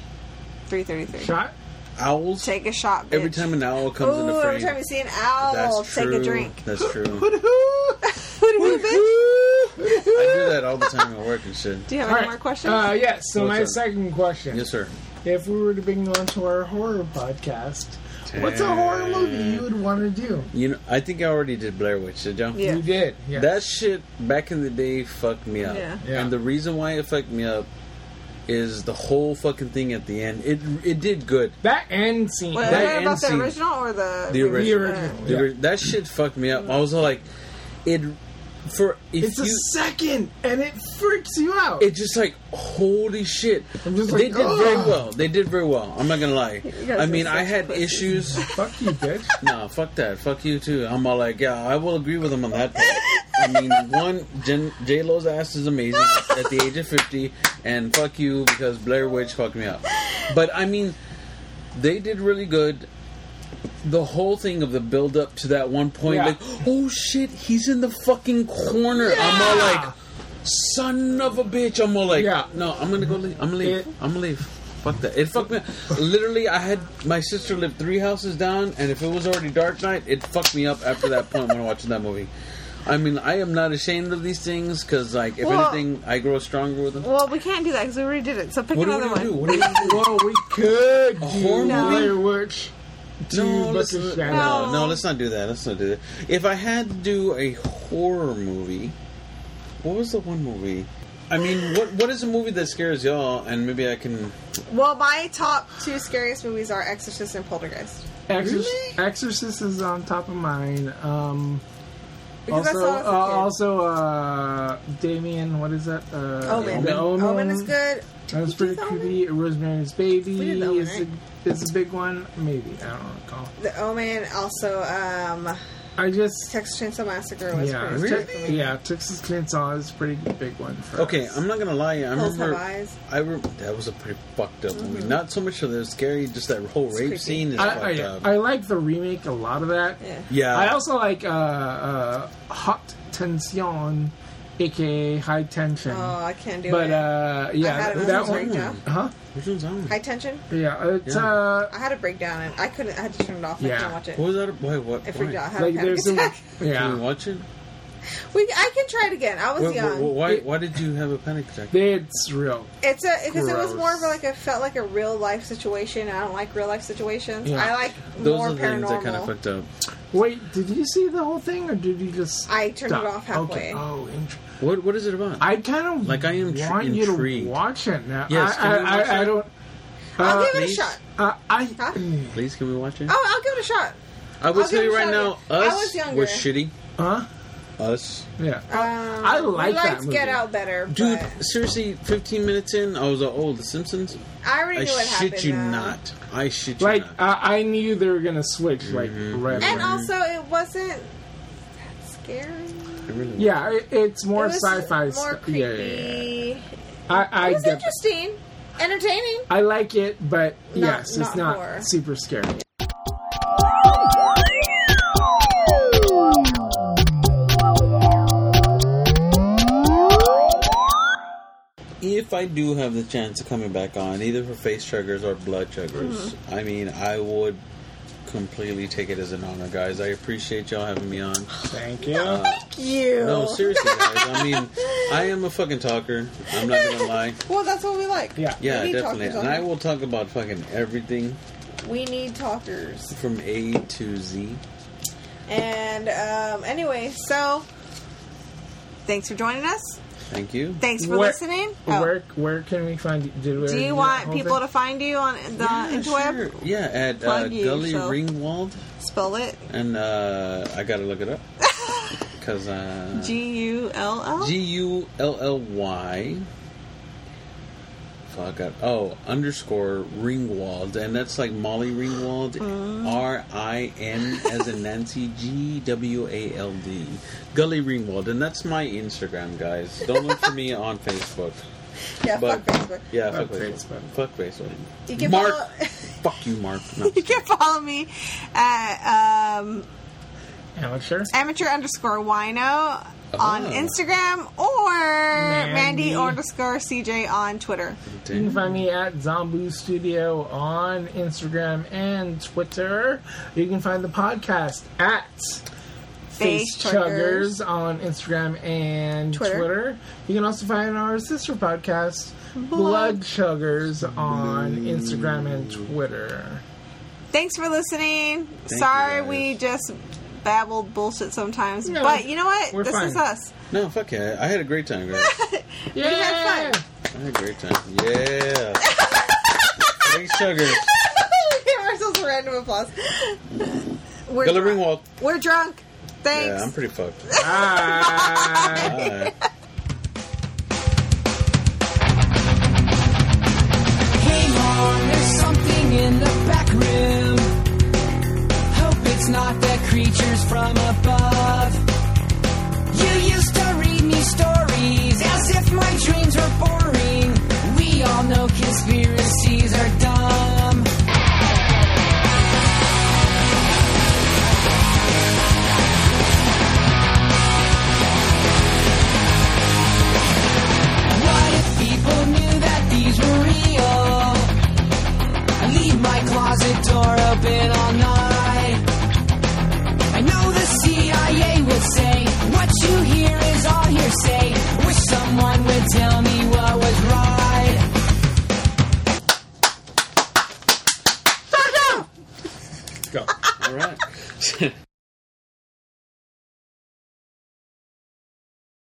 A: 333.
B: shot.
C: Owls.
A: Take a shot, bitch.
C: every time an owl comes
A: Ooh,
C: into frame.
A: every time you see an owl,
C: that's
A: take
C: true.
A: a drink. [LAUGHS]
C: That's
B: [LAUGHS]
C: true.
A: Who do you, bitch?
C: I do that all the time at work and shit.
A: Do you have
B: All
A: any
B: right.
A: more questions?
B: Uh, yes. So
C: What's
B: my
C: that?
B: second question:
C: Yes, sir.
B: If we were to bring on to our horror podcast, what's a horror movie you would want to do?
C: You know, I think I already did Blair Witch. Did you?
A: Yeah.
B: You did. Yes.
C: That shit back in the day fucked me up.
A: Yeah.
B: Yeah.
C: And the reason why it fucked me up is the whole fucking thing at the end. It it did good.
B: that end scene.
A: Wait,
C: that
A: what about
C: end
A: the
C: scene-
A: original or the
C: The
B: the
C: original.
B: original.
C: The
B: yeah.
C: re- That shit fucked me up. I was like, it for if
B: It's a
C: you.
B: second, and it freaks you out.
C: It's just like holy shit.
B: I'm just
C: they
B: like,
C: did very
B: "Ugh."
C: well. They did very well. I'm not gonna lie.
A: guys
C: I
A: are
C: mean, I
A: such
C: had
A: pussies.
C: issues.
B: Fuck you, [LAUGHS] bitch.
C: [LAUGHS] no, fuck that. Fuck you too. I'm all like, yeah, I will agree with him on that part. I mean, one, Jen, J Lo's ass
B: [LAUGHS]
C: is amazing at the age of 50, and fuck you because Blair Witch fucked me up. But I mean, they did really good. The whole thing of the build up to that one point,
B: Yeah.
C: like, oh shit, he's in the fucking corner. I'm all
B: Yeah.
C: like, son of a bitch. I'm all like,
B: Yeah.
C: no, I'm gonna go leave. I'm gonna leave.
B: It-
C: I'm gonna leave. Fuck that. It fucked me. Literally, I had my sister lived three houses down, and if it was already dark night, it fucked me up after that point when watching that movie. I mean, I am not ashamed of these things because, like, if
A: Well-
C: anything, I grow stronger with them.
A: Well, we can't do that because we already did it. So pick
C: What do you
A: another
C: want to do?
A: one.
C: What do you want to do?
B: well, we could do
C: horror
B: Blair Witch. to
C: No,
B: Buck
C: let's,
B: the
C: no,
B: Shadow.
A: No.
C: no, let's not do that. Let's not do that. If I had to do a horror movie, what was the one movie? I mean, what what is a movie that scares y'all? And maybe I can.
A: Well, my top two scariest movies are Exorcist and Poltergeist.
B: Exorcist,
C: Really?
B: Exorcist is on top of mine. Um,
A: Because
B: also,
A: I
B: uh,
A: saw it as a
B: also uh, Damien. What is that? Uh,
A: kid. Omen.
B: The Omen.
A: Omen is good.
B: That was pretty
A: Did we do the
B: creepy. Rosemary's Baby
A: We did the Omen,
B: is
A: right?
B: a, is a big one. Maybe I don't recall.
A: The Omen, also um,
B: I just
A: Texas Chainsaw Massacre was
B: yeah,
A: pretty scary
B: Tex-
A: for me.
B: yeah. Texas Chainsaw is a pretty big one. For
C: Okay,
B: us.
C: I'm not gonna lie. I
A: Hills Have
C: remember.
A: Eyes.
C: I re- that was a pretty fucked up movie. Not so much that it was scary, just that whole rape
A: Mm-hmm. creepy.
C: scene is fucked
B: I,
C: up.
B: I, I like the remake a lot of that.
A: Yeah.
C: uh, yeah,
B: I also like uh, uh, Hot Tension, aka High Tension.
A: Oh, I can't do
B: but
A: it.
B: uh, yeah,
A: I had it
B: that
A: as a
B: one.
A: breakdown.
B: Huh?
C: Which one's that one?
A: High tension.
B: Yeah, it's
C: Yeah.
B: uh,
A: I had a breakdown and I couldn't. I had to turn it off. I
B: Yeah.
A: couldn't watch it.
C: What was that? Why? What?
A: I freaked
C: why?
A: out. I had
B: like
A: a panic
B: there's a
A: attack.
C: Can we
B: yeah.
C: watch it?
A: We, I can try it again. I was
C: Why,
A: young.
C: why, why did you have a panic attack?
B: It's real.
A: It's a because it was
B: Gross.
A: more of like a felt like a real life situation. I don't like real life situations.
B: Yeah.
A: I like
C: Those
A: more
C: are the things that kind of
A: paranormal.
C: fucked up.
B: Wait, did you see the whole thing, or did you just?
A: I turned it off halfway.
B: Okay. Oh, int-
C: What? What is it about?
B: I kind of
C: Like, I am tr-
B: want you
C: intrigued.
B: to watch it now. I,
C: Yes, can we
B: I,
C: watch
B: I, I
C: it?
B: don't.
A: I'll
B: Uh,
A: give it a
C: me?
A: shot.
B: uh, I
A: Huh?
C: Please, can we watch it?
A: Oh, I'll give it a shot.
C: I would
A: I'll
C: tell
A: give
C: you
A: it a
C: right now,
A: shot. I
C: us
A: was younger.
C: were shitty.
B: huh?
C: Us,
B: Yeah.
A: Um,
B: Oh, I like
A: we
B: that
A: liked Get
B: movie.
A: Out better,
C: dude.
A: But
C: Seriously, 15 minutes in, I was like, "Oh, The Simpsons."
A: I already
C: I
A: knew what happened. um,
C: shit you
A: though.
C: not. I shit you
B: Like uh,
C: not.
B: I I
C: Mm-hmm.
B: knew they were gonna switch like right.
A: And
B: away.
A: also, it wasn't that scary.
C: It really was.
B: Yeah, it, it's more
A: It was
B: sci-fi
A: more
B: stuff.
A: creepy.
B: Yeah, yeah, yeah. I, I
A: It was
B: get.
A: interesting, entertaining.
B: I like it, but yes,
A: not
B: it's not
A: horror.
B: super scary.
C: If I do have the chance of coming back on, either for face chuggers or blood chuggers,
A: Mm-hmm.
C: I mean, I would completely take it as an honor, guys. I appreciate y'all having me on.
B: Thank you.
A: Thank you.
C: No, seriously, guys. I
A: [LAUGHS]
C: mean, I am a fucking talker. I'm not gonna lie.
A: Well, that's what we like.
B: Yeah.
C: Yeah,
A: We need
C: definitely.
A: talkers on
C: And I
A: here.
C: will talk about fucking everything
A: We need talkers.
C: from A to Z.
A: And um, anyway, so thanks for joining us.
C: Thank you.
A: Thanks for
B: Where-
A: listening. Oh,
B: Where Where can we find you? Did we
A: Do
B: already
A: you
B: that
A: want
B: whole
A: people
B: thing?
A: to find you on the
C: Yeah,
A: interweb?
C: sure. Yeah, at uh,
A: uh, Plug you,
C: Gully
A: so-
C: Ringwald,
A: Spell it
C: and uh, I gotta look
A: [LAUGHS]
C: it up because uh,
A: G U L L.
C: G U L L Y. Fuck up. Oh, underscore Ringwald, and that's like Molly Ringwald, R I N as in Nancy, G W A L D, Gully Ringwald, and that's my Instagram, guys. Don't look for me on Facebook.
A: Yeah,
C: But
A: fuck Facebook.
C: yeah,
B: Fuck
C: fuck Facebook.
B: Facebook.
C: Fuck Facebook.
A: You can
C: Mark,
A: [LAUGHS] follow-
C: fuck you, Mark. No.
A: [LAUGHS] You can follow me at um,
B: Amateur.
A: amateur underscore wino on
C: Ah.
A: Instagram or Mandy.
B: Mandy.
A: underscore CJ on Twitter.
B: You can find me at Zombu Studio on Instagram and Twitter. You can find the podcast at
A: Face
B: Face Chuggers on Instagram and
A: Twitter.
B: Twitter. You can also find our sister podcast, Blood,
A: Blood
B: Chuggers, on Instagram and Twitter.
A: Thanks for listening.
C: you,
A: Sorry
C: guys.
A: we just babbled bullshit sometimes,
B: No,
A: but you know what?
B: we're
A: This
B: fine.
A: is us. [LAUGHS]
C: No, fuck yeah. I had a great time, guys.
B: Yeah!
A: had fun.
C: I had a great time. Yeah. Thanks, Sugar.
A: Give ourselves a round of applause. We're
C: Gully
A: drunk.
C: Ringwald.
A: We're drunk. Thanks.
B: Ah.
C: Yeah, I'm pretty fucked.
B: Bye.
C: Bye.